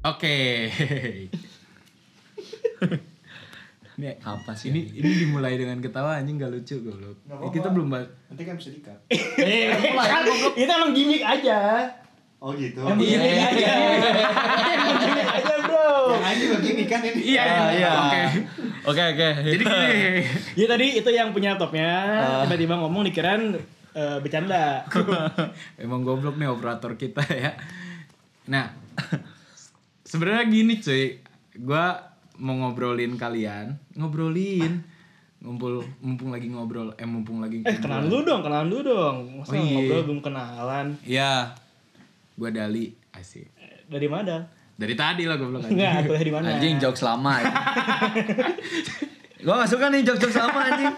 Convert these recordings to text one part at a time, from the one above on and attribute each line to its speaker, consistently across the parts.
Speaker 1: Oke. Nih,
Speaker 2: Apa sih
Speaker 1: ini ini dimulai dengan ketawa anjing gak lucu goblok.
Speaker 3: Nggak
Speaker 1: Iya, Eh,
Speaker 3: apa-apa.
Speaker 1: kita belum bahas.
Speaker 3: Nanti kan bisa dikat.
Speaker 1: Eh,
Speaker 4: Kan, itu emang gimmick aja.
Speaker 3: Oh gitu.
Speaker 4: Emang
Speaker 3: Iya.
Speaker 4: gimmick aja. Emang gimmick aja bro.
Speaker 3: Yang ini begini kan ini.
Speaker 1: Iya,
Speaker 2: Ah, iya.
Speaker 1: Oke.
Speaker 2: Oke oke.
Speaker 1: Jadi gini.
Speaker 4: Ya tadi itu yang punya laptopnya tiba-tiba ngomong dikirain eh, bercanda.
Speaker 1: Emang goblok nih operator kita ya. Nah, sebenarnya gini cuy, gua mau ngobrolin kalian, ngobrolin, ngumpul, mumpung lagi ngobrol, eh mumpung lagi.
Speaker 4: eh kenalan dulu dong, kenalan dulu dong. Masa
Speaker 1: Oh, iya.
Speaker 4: ngobrol belum kenalan.
Speaker 1: Iya, gua Dali, asik.
Speaker 4: Eh, Dari mana?
Speaker 1: Dari tadi lah goblok anjing.
Speaker 4: Enggak, kuliah di mana?
Speaker 2: Anjing jokes lama. ya. anjing. Gua gak suka nih jokes-jokes lama anjing.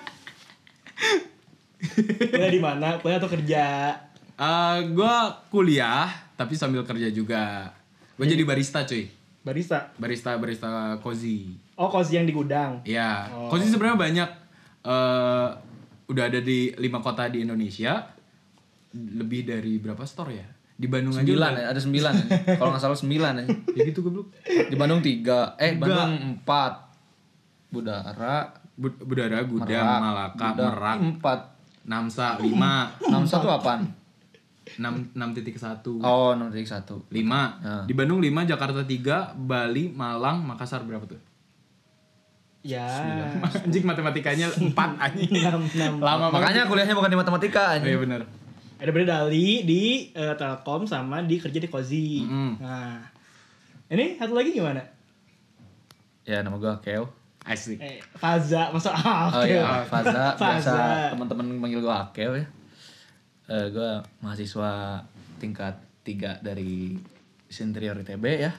Speaker 4: Kuliah di mana? Kuliah atau kerja?
Speaker 1: Eh, gua kuliah, tapi sambil kerja juga. Gua jadi barista cuy,
Speaker 4: Barista.
Speaker 1: barista barista cozy.
Speaker 4: Oh, kos yang di gudang.
Speaker 1: Ya,
Speaker 4: Oh.
Speaker 1: Cozy sebenarnya banyak eh udah ada di lima kota di Indonesia. Lebih dari berapa store ya? Di Bandung
Speaker 2: Sembilan, ya?
Speaker 1: aja. udah-
Speaker 2: ada sembilan. anjing. Kalau nggak salah sembilan. anjing.
Speaker 1: Ya gitu goblok.
Speaker 2: Di Bandung tiga, eh
Speaker 1: Tiga.
Speaker 2: Bandung empat. Budara,
Speaker 1: Bud- Budara, Gudang,
Speaker 2: Merak,
Speaker 1: Malaka,
Speaker 2: Gudang,
Speaker 1: Merak,
Speaker 2: empat.
Speaker 1: Namsa, 5,
Speaker 2: Enam satu apaan?
Speaker 1: 6 6 titik 1.
Speaker 2: Oh enam titik satu.
Speaker 1: 5.
Speaker 2: Ah.
Speaker 1: Di Bandung 5, Jakarta 3, Bali, Malang, Makassar berapa tuh?
Speaker 4: Ya.
Speaker 1: Anjing matematikanya 4 anjing.
Speaker 4: Enam, enam.
Speaker 1: Lama banget.
Speaker 2: Makanya kuliahnya bukan di matematika
Speaker 1: Oh iya
Speaker 2: anjing.
Speaker 1: benar.
Speaker 4: Ada beda Dali di eh, Telkom sama di kerja di Kozi.
Speaker 1: Mm-mm.
Speaker 4: Nah. Ini satu lagi gimana?
Speaker 2: Ya nama gua Keo.
Speaker 1: Asik.
Speaker 4: Eh, Faza, masa ah,
Speaker 2: Oh
Speaker 4: oke.
Speaker 2: iya, Faza, biasa
Speaker 4: Faza.
Speaker 2: teman-teman manggil gua Akeo ya. Eh gua mahasiswa tingkat 3 dari Sinterior ITB ya.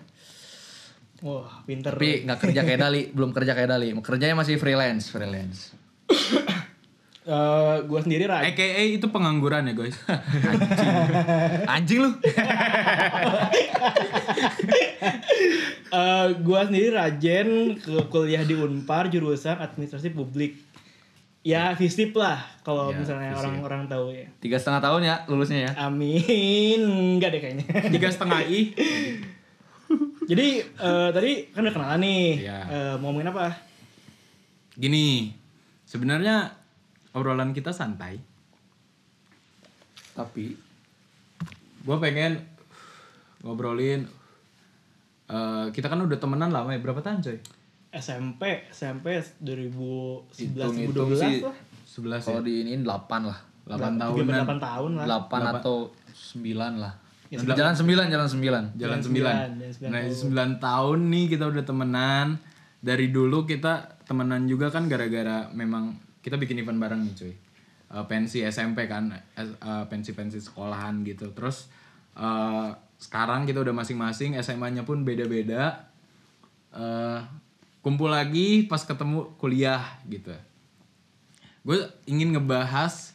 Speaker 4: Wah, pinter.
Speaker 2: Tapi nggak kerja kayak Dali, belum kerja kayak Dali. Kerjanya masih freelance, freelance.
Speaker 4: Eh, gue sendiri Rai.
Speaker 1: AKA itu pengangguran ya, guys.
Speaker 2: Anjing lu.
Speaker 4: Eh, gua sendiri Rajen ke kuliah di Unpar jurusan administrasi publik. Ya FISIP lah kalau
Speaker 1: Ya,
Speaker 4: misalnya
Speaker 1: FISIP.
Speaker 4: orang-orang tahu ya.
Speaker 2: Tiga setengah tahun ya lulusnya ya.
Speaker 4: Amin, enggak deh kayaknya.
Speaker 1: Tiga setengah i.
Speaker 4: Jadi eh, tadi kan udah kenalan nih.
Speaker 1: Iya.
Speaker 4: Eh, mau ngomongin apa?
Speaker 1: Gini, sebenarnya obrolan kita santai.
Speaker 2: Tapi
Speaker 1: Gue pengen ngobrolin. eh, kita kan udah temenan lama ya berapa tahun coy?
Speaker 4: SMP, SMP 2011
Speaker 2: hitung-hitung
Speaker 4: 2012
Speaker 2: sih
Speaker 4: lah.
Speaker 1: 11 ya.
Speaker 2: kalau di ini 8 lah.
Speaker 1: 8 tahunan.
Speaker 4: 38 tahun
Speaker 1: Iya,
Speaker 4: lah.
Speaker 2: 8 atau 9 lah.
Speaker 4: Ya,
Speaker 2: Jalan 9, jalan 9.
Speaker 1: Jalan 9.
Speaker 4: Sembilan, jalan
Speaker 1: Nah, 9 tahun nih kita udah temenan. Dari dulu kita temenan juga kan gara-gara memang kita bikin event bareng nih cuy. Eh, pensi SMP kan, eh, eh, pensi-pensi sekolahan gitu. Terus eh, sekarang kita udah masing-masing, SMA-nya pun beda-beda. eh kumpul lagi pas ketemu kuliah gitu. Gue ingin ngebahas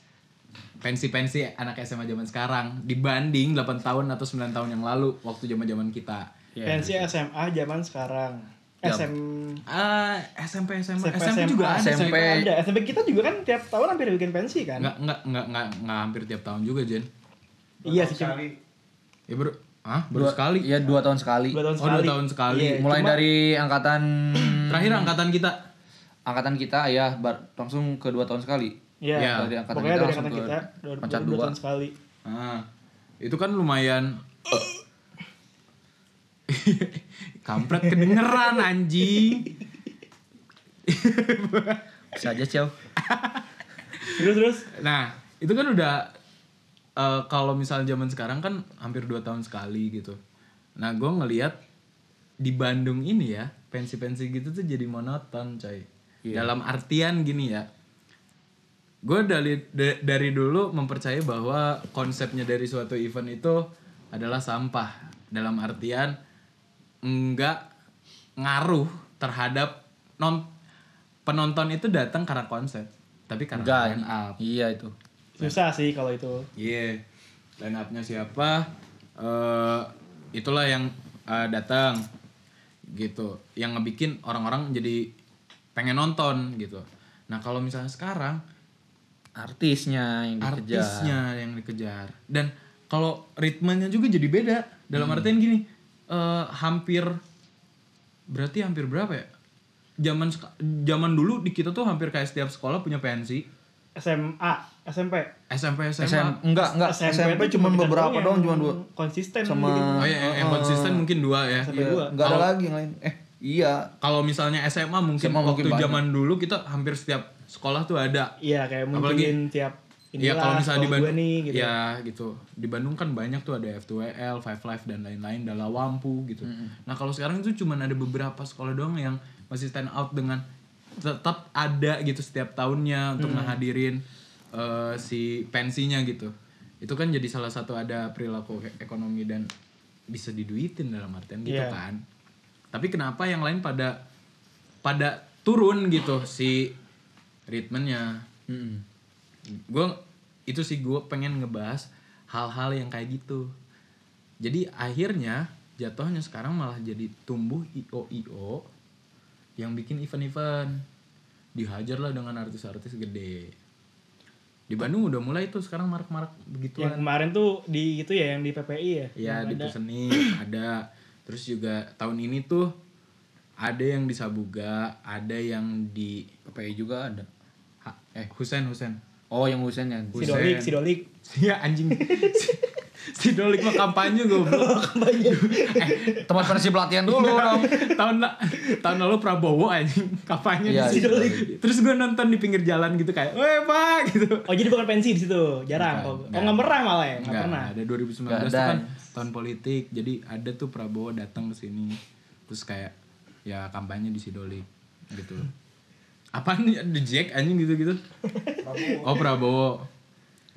Speaker 1: pensi-pensi anak SMA zaman sekarang dibanding 8 tahun atau 9 tahun yang lalu waktu zaman-zaman kita.
Speaker 4: Pensi
Speaker 1: iya.
Speaker 4: SMA zaman sekarang.
Speaker 1: Ya.
Speaker 4: SM
Speaker 1: Ah, SMP SMA SMP,
Speaker 4: SMP,
Speaker 1: juga ada.
Speaker 2: SMP.
Speaker 1: SMP.
Speaker 4: ada. SMP kita juga kan tiap tahun hampir bikin pensi kan?
Speaker 1: Enggak enggak enggak enggak enggak hampir tiap tahun juga, Jen.
Speaker 4: Iya sih, cuma
Speaker 3: Sekali.
Speaker 1: Ya baru ah, baru sekali.
Speaker 2: Iya, 2 tahun sekali.
Speaker 4: dua tahun
Speaker 1: Oh, dua
Speaker 4: sekali.
Speaker 1: tahun sekali.
Speaker 4: Iya,
Speaker 2: Mulai
Speaker 4: cuma-
Speaker 2: dari angkatan
Speaker 1: Terakhir angkatan kita.
Speaker 2: angkatan kita ya bar- langsung ke 2 tahun sekali.
Speaker 4: Iya.
Speaker 1: Iya.
Speaker 2: Dari angkatan
Speaker 4: Pokoknya
Speaker 2: kita
Speaker 4: dari
Speaker 2: langsung
Speaker 4: angkatan
Speaker 2: ke
Speaker 4: kita dua,
Speaker 2: pencak
Speaker 4: dua, dua
Speaker 2: dua.
Speaker 4: tahun sekali.
Speaker 1: Ah, itu kan lumayan eh. kampret kedengeran anjing.
Speaker 2: Bisa aja, Ciao.
Speaker 4: Terus terus
Speaker 1: Nah, itu kan udah eh, kalau misalnya zaman sekarang kan hampir 2 tahun sekali gitu. Nah, gue ngelihat di Bandung ini ya, pensi-pensi gitu tuh jadi monoton, coy. Dalam artian gini ya. Gue dari da- dari dulu mempercayai bahwa konsepnya dari suatu event itu adalah sampah. Dalam artian enggak ngaruh terhadap non penonton itu datang karena konsep, tapi karena
Speaker 2: Enggak.
Speaker 1: line up.
Speaker 2: Iya itu.
Speaker 4: susah sih kalau itu.
Speaker 1: Iya, line up-nya siapa? eh itulah yang eh, datang gitu. Yang ngebikin orang-orang jadi pengen nonton gitu. Nah, kalau misalnya sekarang
Speaker 2: Artisnya yang dikejar.
Speaker 1: Hmm. artisnya yang dikejar. Dan kalau ritmenya juga jadi beda. Dalam artian gini, eh, hampir berarti hampir berapa ya? Zaman seka- zaman dulu di kita tuh hampir kayak setiap sekolah punya pensi.
Speaker 4: SMA, SMP.
Speaker 1: SMP SMA.
Speaker 5: SM, enggak, enggak. SMP, cuma
Speaker 4: kita
Speaker 5: beberapa
Speaker 4: yang
Speaker 5: doang, cuma dua.
Speaker 4: Konsisten
Speaker 5: Sama-
Speaker 4: gitu.
Speaker 1: Oh iya, yang- yang konsisten mungkin dua ya.
Speaker 4: Sampai dua.
Speaker 5: Enggak ada lagi yang lain. Eh, iya.
Speaker 1: Kalau misalnya SMA mungkin
Speaker 5: SMA mungkin
Speaker 1: waktu
Speaker 5: banyak.
Speaker 1: zaman dulu kita hampir setiap sekolah tuh ada.
Speaker 4: Iya kayak
Speaker 1: Apalagi-
Speaker 4: munculin tiap
Speaker 1: Iya
Speaker 4: inilah,
Speaker 1: kalau misalnya di
Speaker 4: sekolah
Speaker 1: Bandung
Speaker 4: gua nih gitu.
Speaker 1: Ya gitu. Di Bandung kan banyak tuh ada F2L, Five Life dan lain-lain, Dalawampu gitu. Nah, kalau sekarang itu cuman ada beberapa sekolah doang yang masih stand out dengan tetap ada gitu setiap tahunnya untuk menghadirin eh, si pensinya gitu. Itu kan jadi salah satu ada perilaku e- ekonomi dan bisa diduitin dalam artian gitu
Speaker 4: Iya.
Speaker 1: kan. Tapi kenapa yang lain pada pada turun gitu si ritmenya gue itu sih gue pengen ngebahas hal-hal yang kayak gitu jadi akhirnya jatuhnya sekarang malah jadi tumbuh io io yang bikin event-event dihajar lah dengan artis-artis gede di Bandung udah mulai tuh sekarang marak-marak
Speaker 4: Yang
Speaker 1: begituan
Speaker 4: kemarin tuh di itu ya yang di PPI ya.
Speaker 1: ya
Speaker 4: Yang
Speaker 1: di
Speaker 4: ada.
Speaker 1: Puseni ada terus juga tahun ini tuh ada yang di Sabuga ada yang di
Speaker 2: PPI juga ada.
Speaker 1: Ha- eh Husen Husen
Speaker 2: Oh, yang Husen
Speaker 5: ya?
Speaker 2: yang
Speaker 4: Sidolik,
Speaker 1: Husen.
Speaker 4: Sidolik.
Speaker 1: Iya anjing. Si- si Dolik mah kampanye goblok.
Speaker 5: Tempat versi pelatihan dulu dong.
Speaker 1: tahun la- tahun lalu Prabowo anjing kampanye
Speaker 5: Iya,
Speaker 1: di
Speaker 5: si Dolik.
Speaker 1: situ. Terus gue nonton di pinggir jalan gitu kayak, "Weh, Pak." gitu.
Speaker 4: Oh jadi bukan pensi di situ, jarang.
Speaker 1: Bukan,
Speaker 4: Oh,
Speaker 1: enggak.
Speaker 4: oh nggak pernah malah ya, nggak
Speaker 1: Enggak,
Speaker 4: pernah.
Speaker 1: ada 2019 tuh
Speaker 5: Nggak ada.
Speaker 1: kan tahun politik. Jadi ada tuh Prabowo datang ke sini terus kayak ya kampanye di Sidolik gitu. Apaan nih The Jack anjing gitu-gitu? Oh Prabowo.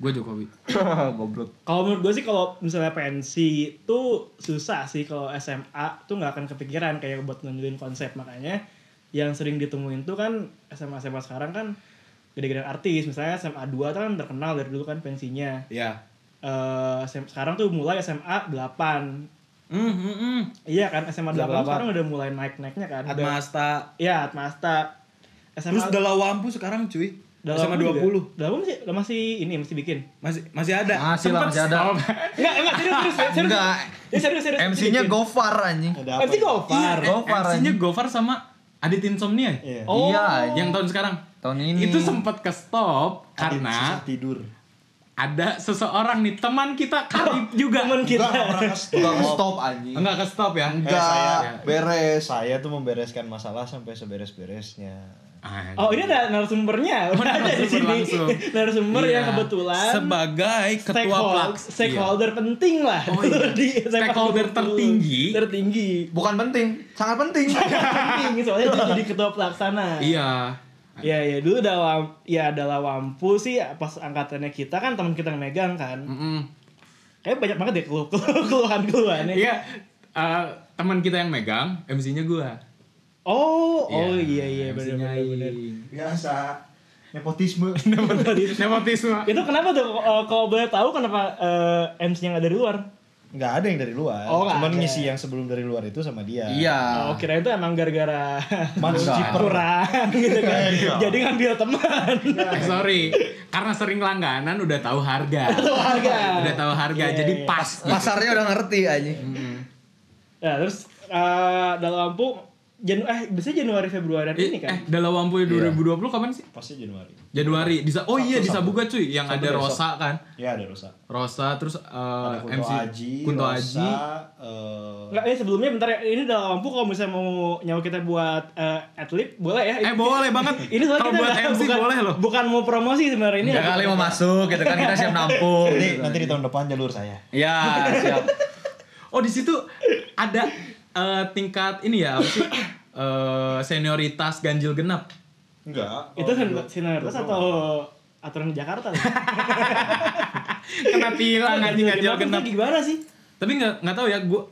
Speaker 1: Gue Jokowi.
Speaker 5: Goblok.
Speaker 4: Kalau menurut gue sih kalau misalnya pensi itu susah sih kalau SMA tuh nggak akan kepikiran kayak buat nunjukin konsep makanya yang sering ditemuin tuh kan SMA SMA sekarang kan gede-gedean artis misalnya SMA 2 tuh kan terkenal dari dulu kan pensinya
Speaker 1: Iya.
Speaker 4: eh SM sekarang tuh mulai SMA 8
Speaker 1: Hmm, hmm, hmm.
Speaker 4: iya kan SMA 8
Speaker 5: Delapan.
Speaker 4: sekarang udah mulai naik-naiknya kan udah-
Speaker 1: Atmasta.
Speaker 4: iya Atmasta SMA
Speaker 1: Terus Dalawampu sekarang cuy.
Speaker 4: Dalam
Speaker 1: Sama
Speaker 4: juga.
Speaker 1: 20.
Speaker 4: Dalam masih masih ini masih bikin.
Speaker 1: Masih masih ada.
Speaker 5: Masih lah, masih ada.
Speaker 4: Enggak, enggak serius serius
Speaker 1: Eh,
Speaker 4: serius.
Speaker 5: Enggak.
Speaker 4: Ya, serius serius.
Speaker 1: Iya.
Speaker 5: MC-nya Gofar anjing.
Speaker 3: Ada apa?
Speaker 4: Tapi
Speaker 3: ya?
Speaker 4: Gofar.
Speaker 5: Gofar
Speaker 1: MC-nya
Speaker 5: anjing.
Speaker 1: Gofar sama Adit Insomnia. ya?
Speaker 3: Iya.
Speaker 4: Oh.
Speaker 5: Iya,
Speaker 1: Yang tahun sekarang.
Speaker 5: Tahun ini.
Speaker 1: Itu sempat ke stop
Speaker 3: Susah
Speaker 1: karena
Speaker 3: tidur.
Speaker 1: ada seseorang nih teman kita Karib juga.
Speaker 4: Temen kita.
Speaker 3: Enggak, orang stop.
Speaker 5: Enggak stop anjing.
Speaker 1: Enggak ke stop ya?
Speaker 3: Eh, saya
Speaker 5: Enggak.
Speaker 3: beres. Saya tuh membereskan masalah sampai seberes-beresnya.
Speaker 1: Ah,
Speaker 4: Oh, ini ada narasumbernya. Udah ada
Speaker 1: Iya, narasumber
Speaker 4: di sini.
Speaker 1: langsung.
Speaker 4: Narasumber
Speaker 1: Iya.
Speaker 4: yang kebetulan
Speaker 1: sebagai ketua
Speaker 4: stakeholder-
Speaker 1: Plaks.
Speaker 4: stakeholder penting lah
Speaker 1: Oh, iya.
Speaker 4: di SMA
Speaker 1: Stakeholder
Speaker 4: 20.
Speaker 1: tertinggi.
Speaker 4: tertinggi
Speaker 5: Bukan penting, sangat penting.
Speaker 4: penting soalnya dia jadi ketua pelaksana
Speaker 1: Iya. Iya.
Speaker 4: Iya iya dulu dalam ya adalah wampu sih ya, pas angkatannya kita kan teman kita yang megang kan.
Speaker 1: Mm-mm.
Speaker 4: Kayak banyak banget deh keluh keluh keluhan keluhannya.
Speaker 1: Iya. eh, teman kita yang megang, MC-nya gua.
Speaker 4: Oh oh iya iya benar
Speaker 1: MC-nya
Speaker 4: benar benar.
Speaker 1: Aing.
Speaker 3: Biasa. Nepotisme.
Speaker 1: Nepotisme.
Speaker 4: Itu kenapa tuh eh, kalau boleh tahu kenapa eh, MC yang ada di luar?
Speaker 3: Enggak ada yang dari luar.
Speaker 4: Oh, nggak
Speaker 3: Cuman
Speaker 4: ada.
Speaker 3: ngisi yang sebelum dari luar itu sama dia.
Speaker 5: Iya.
Speaker 1: Ah.
Speaker 4: Oh kira itu emang gara-gara
Speaker 3: Mas Jiper.
Speaker 4: kurang gitu
Speaker 1: Iya,
Speaker 4: kan. Jadi ngambil teman.
Speaker 1: Eh, sorry, karena sering langganan udah tahu harga.
Speaker 4: Tahu harga.
Speaker 1: Udah tahu harga,
Speaker 4: Iya,
Speaker 1: jadi
Speaker 4: iya.
Speaker 1: pas.
Speaker 5: Pasarnya udah ngerti anjing.
Speaker 4: Nah, terus eh dalam wampu Janu eh biasanya Januari Februari
Speaker 1: Eh,
Speaker 4: ini kan.
Speaker 1: eh dalam Wampu 2020 kapan sih?
Speaker 3: Pasti Januari.
Speaker 1: Januari. Di, Sa- oh iya di Sabuga cuy, yang ada Rosa kan.
Speaker 3: Iya, ada rusak.
Speaker 1: Rosa terus eh,
Speaker 3: Ada Kunto
Speaker 1: MC
Speaker 3: Aji,
Speaker 1: Kunto
Speaker 3: Rosa,
Speaker 1: Aji.
Speaker 3: eh,
Speaker 4: Enggak, ini sebelumnya bentar ya. Ini dalam lampu kalau misalnya mau nyawa kita buat eh, atlet boleh ya?
Speaker 1: Eh boleh banget.
Speaker 4: ini soalnya
Speaker 1: kalau
Speaker 4: kita
Speaker 1: buat
Speaker 4: nggak-
Speaker 1: MC
Speaker 4: bukan,
Speaker 1: boleh loh.
Speaker 4: Bukan mau promosi sebenarnya ini.
Speaker 5: Ya
Speaker 4: adalah-
Speaker 5: kali mau masuk gitu kan kita siap nampung.
Speaker 3: nanti,
Speaker 5: gitu.
Speaker 3: nanti di tahun depan jalur saya.
Speaker 5: Ya, siap.
Speaker 1: Iya, Oh di situ ada eh, tingkat ini ya apa sih? Eh, senioritas ganjil genap.
Speaker 3: Enggak.
Speaker 4: Itu kan
Speaker 1: Oh, gitu.
Speaker 4: sen- sinergitas atau aturan Jakarta?
Speaker 1: Kena tilang anjing ganjil
Speaker 4: Kenapa
Speaker 1: genap.
Speaker 4: tuh gimana sih?
Speaker 1: Tapi nggak nggak tahu ya gue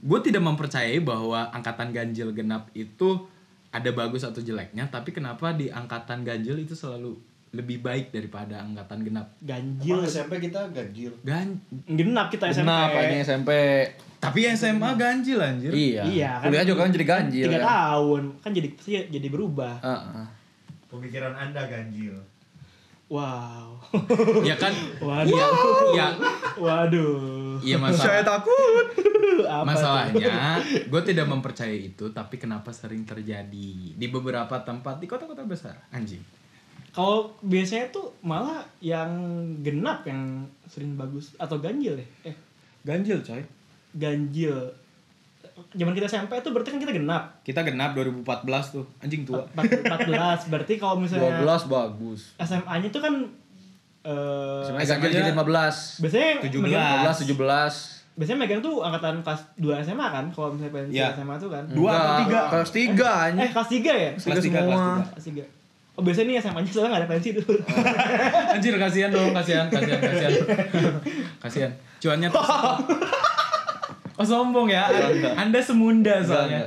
Speaker 1: gue tidak mempercayai bahwa angkatan ganjil genap itu ada bagus atau jeleknya. Tapi kenapa di angkatan ganjil itu selalu lebih baik daripada angkatan genap?
Speaker 4: Ganjil.
Speaker 3: Emang SMP kita ganjil.
Speaker 1: Gan
Speaker 4: Genap kita
Speaker 1: Iya,
Speaker 4: SMP.
Speaker 5: Kenapa ini SMP?
Speaker 1: tapi SMA ganjil anjir.
Speaker 5: Iya.
Speaker 4: Iya, kan.
Speaker 5: Kuliah juga kan jadi
Speaker 1: Iya
Speaker 5: ganjil.
Speaker 4: Tiga
Speaker 5: kan?
Speaker 4: tahun kan jadi pasti jadi berubah.
Speaker 5: Heeh.
Speaker 3: Pemikiran Anda ganjil.
Speaker 4: Wow.
Speaker 1: ya kan
Speaker 4: Waduh.
Speaker 1: ya
Speaker 4: Waduh.
Speaker 1: ya masalah
Speaker 5: takut.
Speaker 4: Apa
Speaker 1: masalahnya gue tidak mempercayai itu tapi kenapa sering terjadi di beberapa tempat di kota-kota besar anjing
Speaker 4: Kalau biasanya tuh malah yang genap yang sering bagus atau ganjil ya? Eh,
Speaker 1: ganjil coy
Speaker 4: ganjil. Zaman kita SMP tuh berarti kan kita genap.
Speaker 1: kita genap 2014 tuh anjing tua
Speaker 4: Empat- 14 berarti kalau misalnya
Speaker 5: 12 bagus.
Speaker 4: SMA-nya tuh kan eh
Speaker 5: Eh, ganjil jadi 15.
Speaker 4: biasanya yang
Speaker 1: 17.
Speaker 4: megang-
Speaker 5: 15 17.
Speaker 4: biasanya megang tuh angkatan kelas 2 SMA kan kalau misalnya pensi
Speaker 1: Iya.
Speaker 4: SMA tuh kan.
Speaker 1: Dua atau
Speaker 5: Enggak,
Speaker 1: tiga?
Speaker 5: Kelas 3
Speaker 4: Eh
Speaker 5: anjing.
Speaker 4: kelas 3 ya?
Speaker 1: kelas tiga,
Speaker 5: semua.
Speaker 1: kelas tiga.
Speaker 4: Kelas 3. Oh biasanya nih SMA-nya soalnya gak ada pensi dulu.
Speaker 1: Anjir kasihan dong, kasihan, kasihan, kasihan. kasihan. Cuannya tuh. Oh sombong ya.
Speaker 5: Iya,
Speaker 1: Anda semunda soalnya.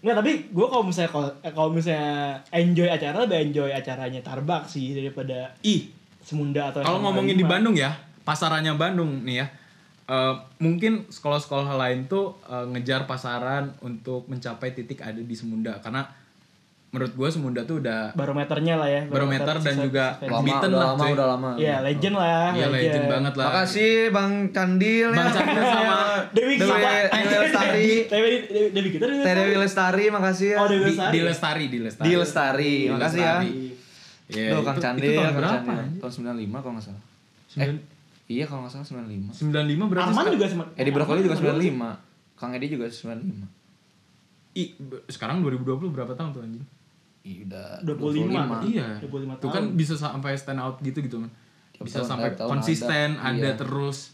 Speaker 4: Nggak, tapi gue kalau misalnya kalau- eh, kalau misalnya enjoy acara lebih enjoy acaranya Tarbak sih daripada
Speaker 1: Ih,
Speaker 4: Semunda atau
Speaker 1: kalau
Speaker 4: SMA
Speaker 1: ngomongin di
Speaker 4: lima.
Speaker 1: Bandung ya, pasarannya Bandung nih ya. Eh, mungkin sekolah-sekolah lain tuh eh, ngejar pasaran untuk mencapai titik ada di Semunda karena menurut gue Semunda tuh udah
Speaker 4: barometernya lah ya.
Speaker 1: barometer dan
Speaker 4: sisa-
Speaker 1: juga
Speaker 4: sisa-
Speaker 5: Lama, udah
Speaker 1: beaten Eh, lah,
Speaker 5: lama,
Speaker 1: cuy.
Speaker 5: udah lama.
Speaker 4: Iya, legend lah.
Speaker 1: Iya legend banget lah.
Speaker 5: Makasih Bang Candil ya.
Speaker 1: Bang Chandra sama
Speaker 5: Dewi-
Speaker 4: Dewi Gita.
Speaker 5: Dewi Lestari.
Speaker 4: Dewi Dewi- Dewi Gita. Dewi
Speaker 5: Teh Dewi
Speaker 4: Lestari.
Speaker 5: Lestari, makasih ya.
Speaker 4: Oh, Dewi
Speaker 1: di,
Speaker 4: Lestari.
Speaker 1: di Lestari, di Lestari.
Speaker 5: Di Lestari, makasih ya.
Speaker 1: Iya,
Speaker 5: Loh, Kang
Speaker 1: itu- itu
Speaker 5: Candil,
Speaker 1: tahun
Speaker 5: Kang Eh,
Speaker 1: berapa?
Speaker 5: Candil. Tahun 95 kalau nggak salah.
Speaker 1: Sembilan-
Speaker 5: Iya kalau nggak salah 95.
Speaker 1: 95 berarti
Speaker 4: Arman
Speaker 1: seka-
Speaker 4: juga sama.
Speaker 1: Eh,
Speaker 5: Edi Eh, Brokoli juga
Speaker 4: Arman
Speaker 5: 95. Kang Edi juga 95.
Speaker 1: I, be- sekarang 2020 berapa tahun tuh anjing?
Speaker 5: Ih, udah
Speaker 4: 25.
Speaker 1: Iya.
Speaker 4: 25
Speaker 1: Tuh kan bisa sampai stand out gitu-gitu man.
Speaker 5: Tiap
Speaker 1: Bisa
Speaker 5: tahun,
Speaker 1: sampai
Speaker 5: tiap tahun
Speaker 1: konsisten,
Speaker 5: ada.
Speaker 1: ada,
Speaker 5: Iya.
Speaker 1: terus.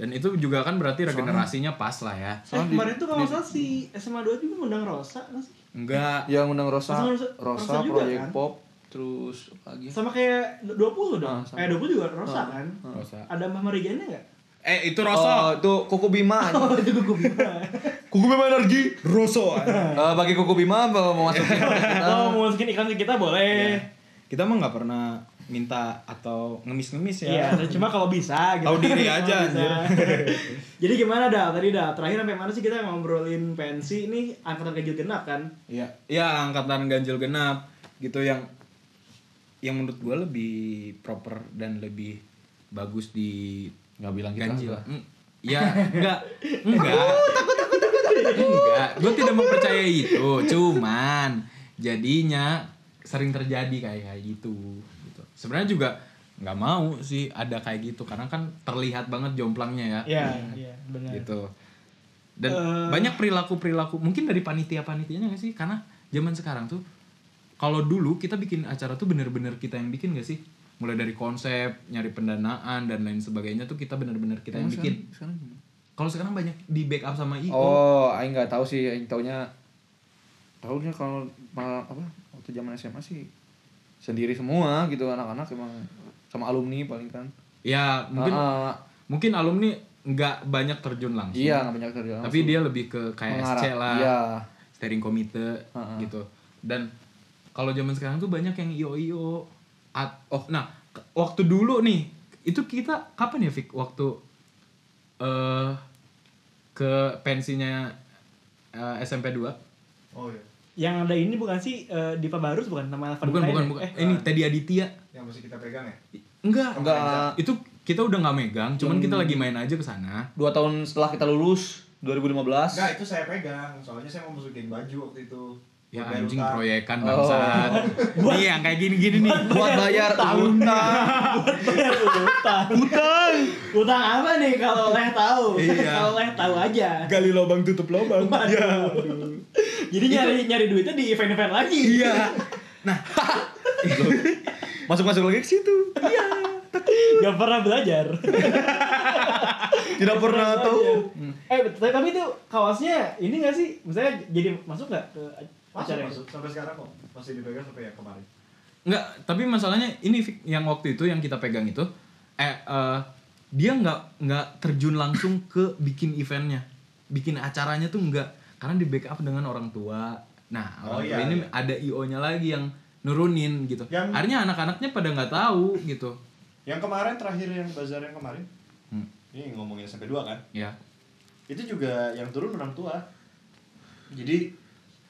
Speaker 1: Dan itu juga kan berarti regenerasinya pas lah ya.
Speaker 4: Eh, kemarin tuh kalau nggak salah si SMA 2 juga ngundang Rosa nggak sih?
Speaker 1: Enggak.
Speaker 5: Yang undang Iya, Rosa,
Speaker 4: Sama
Speaker 5: Rosa,
Speaker 4: Rosa- Rosa juga
Speaker 5: Project
Speaker 4: kan?
Speaker 5: Pop, terus apa
Speaker 2: Iya.
Speaker 5: lagi?
Speaker 4: Sama kayak 20
Speaker 5: Ah,
Speaker 4: dong.
Speaker 5: sama.
Speaker 4: eh 20 juga Rosa kan.
Speaker 1: Rosa.
Speaker 4: Ada Mbah Marigannya nggak?
Speaker 1: Eh itu
Speaker 5: Oh,
Speaker 1: Rosso.
Speaker 5: itu Kuku Bima. anjing.
Speaker 4: Oh, itu gue bilang.
Speaker 5: Kuku Bima Energi. Rosso. Eh, bagi Kuku Bima apa mau masuk.
Speaker 4: Oh, mau masukin iklan ke kita boleh.
Speaker 2: Iya.
Speaker 3: Kita mah nggak pernah minta atau ngemis-ngemis
Speaker 4: Iya,
Speaker 3: ya.
Speaker 4: cuma kalau bisa gitu.
Speaker 3: Tahu diri
Speaker 4: Kalau
Speaker 3: aja,
Speaker 4: bisa. Jadi gimana dah tadi dah terakhir sampai mana sih kita ngobrolin pensi ini angkatan ganjil genap kan?
Speaker 3: Iya, ya angkatan ganjil genap gitu yang
Speaker 1: Yang menurut gue lebih proper dan lebih bagus di
Speaker 5: Enggak bilang kita Uh,
Speaker 1: ganjil.
Speaker 5: lah.
Speaker 1: Mm, Iya, enggak. Enggak. Enggak. Gue tidak mempercayai itu. Cuman jadinya sering terjadi kayak kayak gitu. gitu. Sebenarnya juga nggak mau sih ada kayak gitu karena kan terlihat banget jomplangnya ya.
Speaker 4: Iya, iya, benar.
Speaker 1: Gitu. Dan banyak perilaku-perilaku mungkin dari panitia-panitianya gak sih? Karena zaman sekarang tuh kalau dulu kita bikin acara tuh bener-bener kita yang bikin gak sih? Mulai dari konsep, nyari pendanaan dan lain sebagainya tuh kita bener-bener kita yang bikin.
Speaker 5: Sekarang gimana?
Speaker 1: Kalau sekarang banyak di backup sama IO.
Speaker 5: Oh, aing nggak tahu sih, aing taunya taunya kalau mal- apa waktu zaman SMA sih sendiri semua gitu anak-anak emang sama alumni paling kan.
Speaker 1: Ya, mungkin
Speaker 5: Ah, ah,
Speaker 1: mungkin alumni nggak banyak terjun langsung.
Speaker 5: iya nggak banyak terjadi langsung.
Speaker 1: Tapi dia lebih ke kayak
Speaker 5: Mengarah,
Speaker 1: SC lah,
Speaker 5: iya.
Speaker 1: steering komite
Speaker 5: Ha-ha.
Speaker 1: gitu. Dan kalau zaman sekarang tuh banyak yang IO IO. At- oh, nah ke- waktu dulu nih itu kita kapan ya Vic waktu eh ke pensinya eh, SMP 2?
Speaker 6: Oh iya,
Speaker 4: Yang ada ini bukan sih eh, Dipa Barus bukan nama Alvan
Speaker 1: Bukan
Speaker 4: Klein
Speaker 1: bukan
Speaker 4: ya?
Speaker 1: bukan.
Speaker 4: Eh,
Speaker 1: Eh, ini Teddy Aditya.
Speaker 6: yang masih kita pegang ya?
Speaker 1: Enggak.
Speaker 5: Enggak
Speaker 1: Itu kita udah nggak megang, cuman kita lagi main aja ke sana.
Speaker 5: dua tahun setelah kita lulus 2015
Speaker 6: Enggak, itu saya pegang. Soalnya saya mau masukin baju waktu itu.
Speaker 1: Ya
Speaker 6: Bayar
Speaker 1: anjing
Speaker 6: utang.
Speaker 1: proyekan bangsat. nih yang kayak gini-gini nih.
Speaker 5: buat bayar utang
Speaker 4: bayar utang. utang. utang apa nih kalau leh tahu? kalau leh tahu aja.
Speaker 3: gali lubang tutup lubang. Iya.
Speaker 4: Jadi nyari nyari duitnya di event-event lagi. Iya.
Speaker 5: masuk masuk lagi ke situ
Speaker 4: Gak pernah belajar.
Speaker 5: tidak pernah
Speaker 4: belajar.
Speaker 5: tahu
Speaker 4: Eh, tapi, tapi itu kawasnya ini gak sih? Misalnya jadi masuk gak ke
Speaker 6: Masuk,
Speaker 4: acara
Speaker 6: masuk. Sampai sekarang kok. Masih dipegang sampai yang kemarin.
Speaker 1: Enggak, tapi masalahnya ini Vic, yang waktu itu yang kita pegang itu eh eh, dia nggak nggak terjun langsung ke bikin eventnya. Bikin acaranya tuh enggak karena di backup dengan orang tua. Nah, orang
Speaker 6: Oh,
Speaker 1: tua
Speaker 6: iya,
Speaker 1: ini
Speaker 6: iya.
Speaker 1: ada IO-nya lagi yang nurunin gitu.
Speaker 6: Yang-
Speaker 1: Akhirnya anak-anaknya pada nggak tahu gitu.
Speaker 6: Yang kemarin terakhir yang bazar yang kemarin.
Speaker 1: Hmm.
Speaker 6: Ini ngomongin SMP 2 kan?
Speaker 1: Ya.
Speaker 6: Itu juga yang turun orang tua. Jadi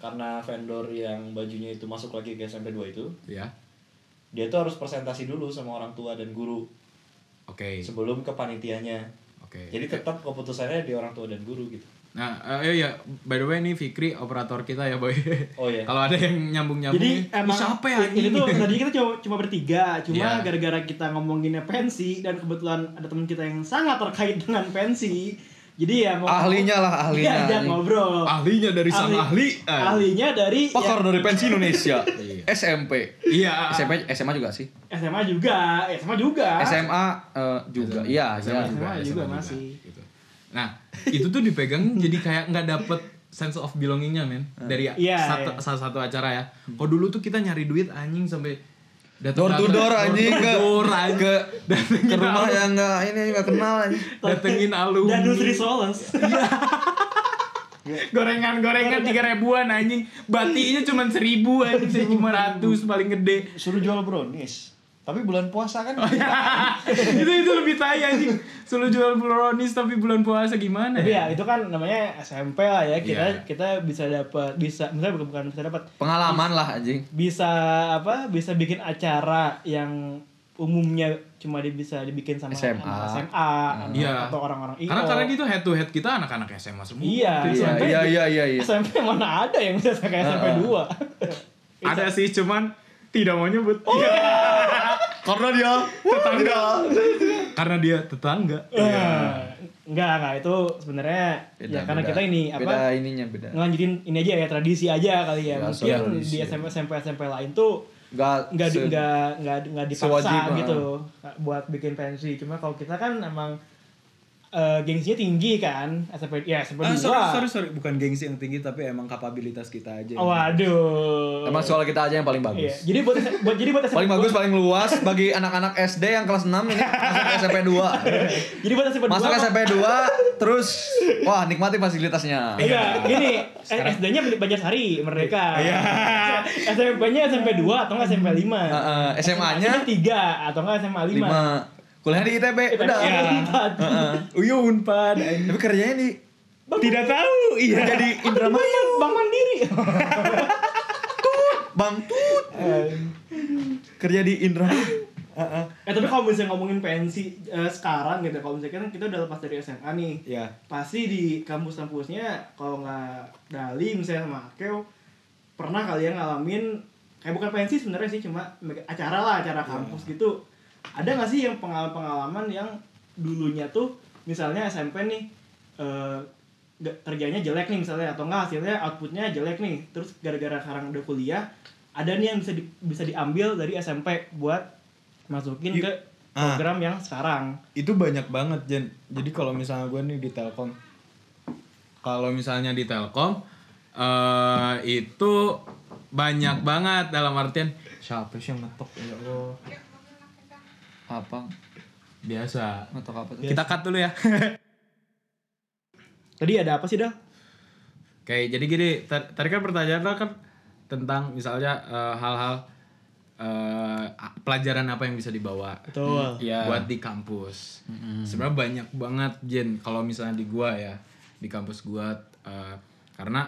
Speaker 6: karena vendor yang bajunya itu masuk lagi ke SMP 2 itu,
Speaker 1: Ya.
Speaker 6: dia tuh harus presentasi dulu sama orang tua dan guru
Speaker 1: Oke.
Speaker 6: sebelum ke panitianya
Speaker 1: Oke.
Speaker 6: jadi tetap keputusannya di orang tua dan guru gitu
Speaker 1: Nah, eh iya, by the way ini Fikri operator kita ya, Boy.
Speaker 6: Oh, iya.
Speaker 1: Kalau ada yang nyambung-nyambung
Speaker 4: Jadi
Speaker 1: nih, "Ih,
Speaker 4: emang
Speaker 1: siapa ya
Speaker 4: ini
Speaker 1: anjing?"
Speaker 4: tuh tadi kita cuma, cuma bertiga, cuma
Speaker 1: Iya.
Speaker 4: gara-gara kita ngomonginnya pensi dan kebetulan ada teman kita yang sangat terkait dengan pensi. Jadi ya mau
Speaker 5: Ahlinya lah, ahlinya,
Speaker 4: Iya, dia
Speaker 5: ahli.
Speaker 4: ngobrol.
Speaker 1: ahlinya dari sang ahli. eh.
Speaker 4: Ahlinya dari
Speaker 5: Pakar
Speaker 4: ya,
Speaker 5: dari pensi Indonesia.
Speaker 1: Iya.
Speaker 5: SMP.
Speaker 1: Iya.
Speaker 5: SMP SMA juga sih.
Speaker 4: SMA juga, ya, SMA juga.
Speaker 5: SMA eh, juga. Iya, iya.
Speaker 1: sama
Speaker 4: juga. SMA masih.
Speaker 1: Gitu. Nah, itu tuh dipegang jadi kayak nggak dapet sense of belongingnya men dari
Speaker 4: Iya,
Speaker 1: satu,
Speaker 4: iya.
Speaker 1: salah satu acara ya. Kok dulu tuh kita nyari duit anjing sampai datang
Speaker 5: Door to door anjing ke
Speaker 1: door anjing. Iya.
Speaker 5: ke,
Speaker 1: Datengin
Speaker 5: ke rumah ya.
Speaker 1: alum-
Speaker 5: yang enggak ini enggak kenal anjing.
Speaker 1: datengin alumni.
Speaker 4: Dan Nusri Solas.
Speaker 1: Gorengan-gorengan tiga ribuan anjing. Batinya cuma seribu anjing, cuma ratus paling gede.
Speaker 6: suruh jual brownies tapi bulan puasa kan
Speaker 1: itu itu lebih tai anjing. Selalu jual brownies tapi bulan puasa gimana
Speaker 4: Tapi
Speaker 1: ya?
Speaker 4: ya itu kan namanya SMP lah ya.
Speaker 1: Iya.
Speaker 4: Kita kita bisa dapat bisa misalnya bukan bukan bisa dapat
Speaker 5: Pengalaman lah anjing.
Speaker 4: bisa apa bisa bikin acara yang umumnya cuma di, bisa dibikin sama
Speaker 5: SMA.
Speaker 4: anak SMA anak-
Speaker 1: Iya.
Speaker 4: atau orang-orang IO.
Speaker 1: Karena karena gitu head to head kita anak-anak SMA semua.
Speaker 4: Iya.
Speaker 5: Iya,
Speaker 4: SMP.
Speaker 5: iya, iya, iya, iya.
Speaker 4: SMP mana ada yang bisa kayak SMP 2.
Speaker 1: Ada sih cuman tidak mau nyebut.
Speaker 4: Oh,
Speaker 6: karena dia
Speaker 1: tetangga. Karena dia tetangga.
Speaker 5: Ah.
Speaker 1: Iya.
Speaker 4: Enggak, enggak itu sebenarnya ya
Speaker 5: Beda,
Speaker 4: karena
Speaker 5: beda.
Speaker 4: kita ini
Speaker 5: Beda
Speaker 4: apa
Speaker 5: ininya
Speaker 2: iya.
Speaker 5: beda.
Speaker 4: ngelanjutin ini aja ya tradisi aja kali
Speaker 5: Ya,
Speaker 4: ya. Mungkin
Speaker 5: soal
Speaker 4: di
Speaker 5: tradisi.
Speaker 4: SMP SMP SMP lain tuh
Speaker 5: Enggak
Speaker 4: nggak di,
Speaker 5: se-
Speaker 4: nggak nggak nggak dipaksa
Speaker 5: Sewajib, ah.
Speaker 4: gitu buat bikin pensi cuma kalau kita kan emang eh, gengsinya tinggi kan SMP ya SMP
Speaker 7: Ah, sorry, sorry,
Speaker 4: dua
Speaker 7: sorry. Bukan gengsi yang tinggi, tapi emang kapabilitas kita aja.
Speaker 4: waduh
Speaker 5: Emang soal kita aja yang paling bagus.
Speaker 4: Iya, jadi buat buat jadi buat SMP
Speaker 5: Paling bagus, paling luas bagi anak-anak SD yang kelas 6 ini masuk ke SMP 2.
Speaker 4: jadi buat SMP
Speaker 5: Masuk
Speaker 4: dua,
Speaker 5: SMP 2 terus wah nikmati fasilitasnya.
Speaker 4: Enggak, Iya, gini, eh, SD-nya Banjarsari, Merdeka.
Speaker 7: Iya.
Speaker 4: SMP-nya SMP 2 atau enggak SMP 5.
Speaker 5: Heeh, SMA-nya
Speaker 4: 3 atau enggak SMA
Speaker 5: 5.
Speaker 4: 5.
Speaker 5: Kuliah di ITB
Speaker 4: Eh,
Speaker 5: udah.
Speaker 4: Iya.
Speaker 7: Iya.
Speaker 5: Heeh.
Speaker 7: Uyo Unpad. anjing.
Speaker 5: Tapi kerjanya di
Speaker 7: Tidak tahu. Iya.
Speaker 5: jadi Indramayu
Speaker 4: Bang kan Mandiri.
Speaker 5: Bang Tut. Kerja di Indramayu.
Speaker 4: Ya tapi kalau misalnya ngomongin pensi eh, sekarang gitu, kalau misalnya kan kita udah lepas dari SMA nih,
Speaker 7: Iya.
Speaker 1: Ya,
Speaker 4: pasti di kampus-kampusnya kalau nggak Dali misalnya sama Akeo, pernah kalian ngalamin kayak bukan pensi sebenarnya sih cuma acara lah
Speaker 7: Iya.
Speaker 4: acara kampus gitu. Ada nggak sih yang pengalaman-pengalaman yang dulunya tuh misalnya SMP nih eh, nggak- kerjanya jelek nih misalnya atau enggak hasilnya outputnya jelek nih terus gara-gara sekarang udah kuliah ada nih yang bisa di- bisa diambil dari SMP buat masukin
Speaker 7: Yuk.
Speaker 4: ke
Speaker 7: Ah.
Speaker 4: program yang sekarang
Speaker 7: Itu banyak banget, Jen. Jadi kalau misalnya gue nih di Telkom,
Speaker 1: Kalau misalnya di Telkom eh itu banyak banget dalam artian
Speaker 7: siapa sih yang ngetok? Ya Allah.
Speaker 5: Apa?
Speaker 1: biasa.
Speaker 5: Atau apa tuh?
Speaker 1: Kita cut dulu ya.
Speaker 4: tadi ada apa sih dah
Speaker 1: Oke, jadi gini, tar- tadi kan pertanyaan lo kan tentang misalnya eh, hal-hal eh, a- pelajaran apa yang bisa dibawa
Speaker 4: betul
Speaker 2: Iya.
Speaker 1: buat di kampus. Sebenarnya banyak banget Jen kalau misalnya di gua ya, di kampus gua eh, karena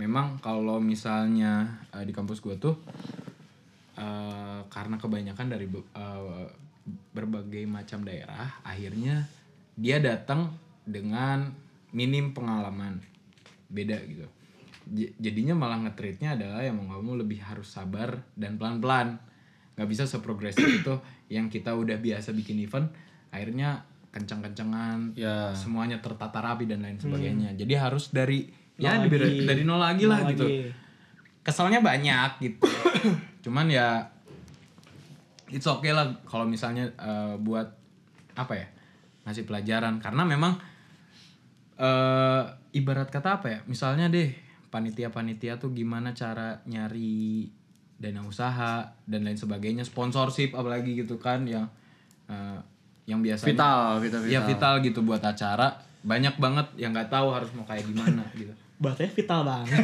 Speaker 1: memang kalau misalnya eh, di kampus gua tuh eh, karena kebanyakan dari be- eh, berbagai macam daerah akhirnya dia datang dengan minim pengalaman beda gitu J- jadinya malah ngetreatnya adalah yang mau nggak mau lebih harus sabar dan pelan pelan nggak bisa seprogresif itu yang kita udah biasa bikin event akhirnya kencang kencangan
Speaker 2: Ya.
Speaker 1: semuanya tertata rapi dan lain sebagainya jadi harus dari ya
Speaker 4: Hmm. Nol
Speaker 1: diber-
Speaker 4: lagi.
Speaker 1: dari nol lagi lah
Speaker 4: Lagi.
Speaker 1: gitu kesalnya banyak gitu cuman ya it's okay lah kalau misalnya eh, buat apa ya ngasih pelajaran karena memang eh ibarat kata apa ya misalnya deh panitia-panitia tuh gimana cara nyari dana usaha dan lain sebagainya sponsorship apalagi gitu kan yang eh, yang biasanya
Speaker 5: Vital, vital,
Speaker 1: ya vital gitu buat acara banyak banget yang nggak tahu harus mau kayak gimana gitu
Speaker 4: bahasanya vital banget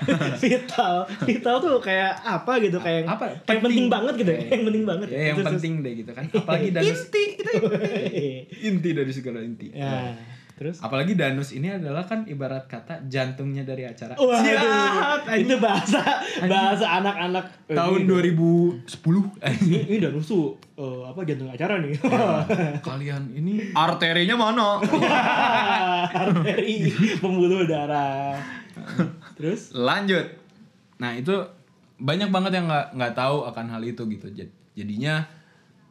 Speaker 4: vital vital tuh kayak apa gitu kayak
Speaker 1: Apa?
Speaker 4: kayak penting,
Speaker 1: Penting.
Speaker 4: banget gitu ya yang penting banget
Speaker 1: ya yang
Speaker 4: Terus-
Speaker 1: penting deh gitu kan apalagi dana
Speaker 4: terus-
Speaker 1: inti dari segala inti
Speaker 4: ya Terus?
Speaker 1: Apalagi Danus ini adalah kan ibarat kata jantungnya dari acara.
Speaker 4: Wah,
Speaker 1: Siap, anjing.
Speaker 4: itu bahasa bahasa anak-anak Eh,
Speaker 1: tahun
Speaker 4: ini-
Speaker 1: 2010.
Speaker 4: Ini, ini dan rusuh Eh, apa jantung acara nih.
Speaker 1: Iya. Kalian ini
Speaker 2: Arterinya mana?
Speaker 4: Arteri pembuluh darah. Terus?
Speaker 2: Lanjut.
Speaker 1: Nah itu banyak banget yang nggak nggak tahu akan hal itu gitu. Jad- Jadinya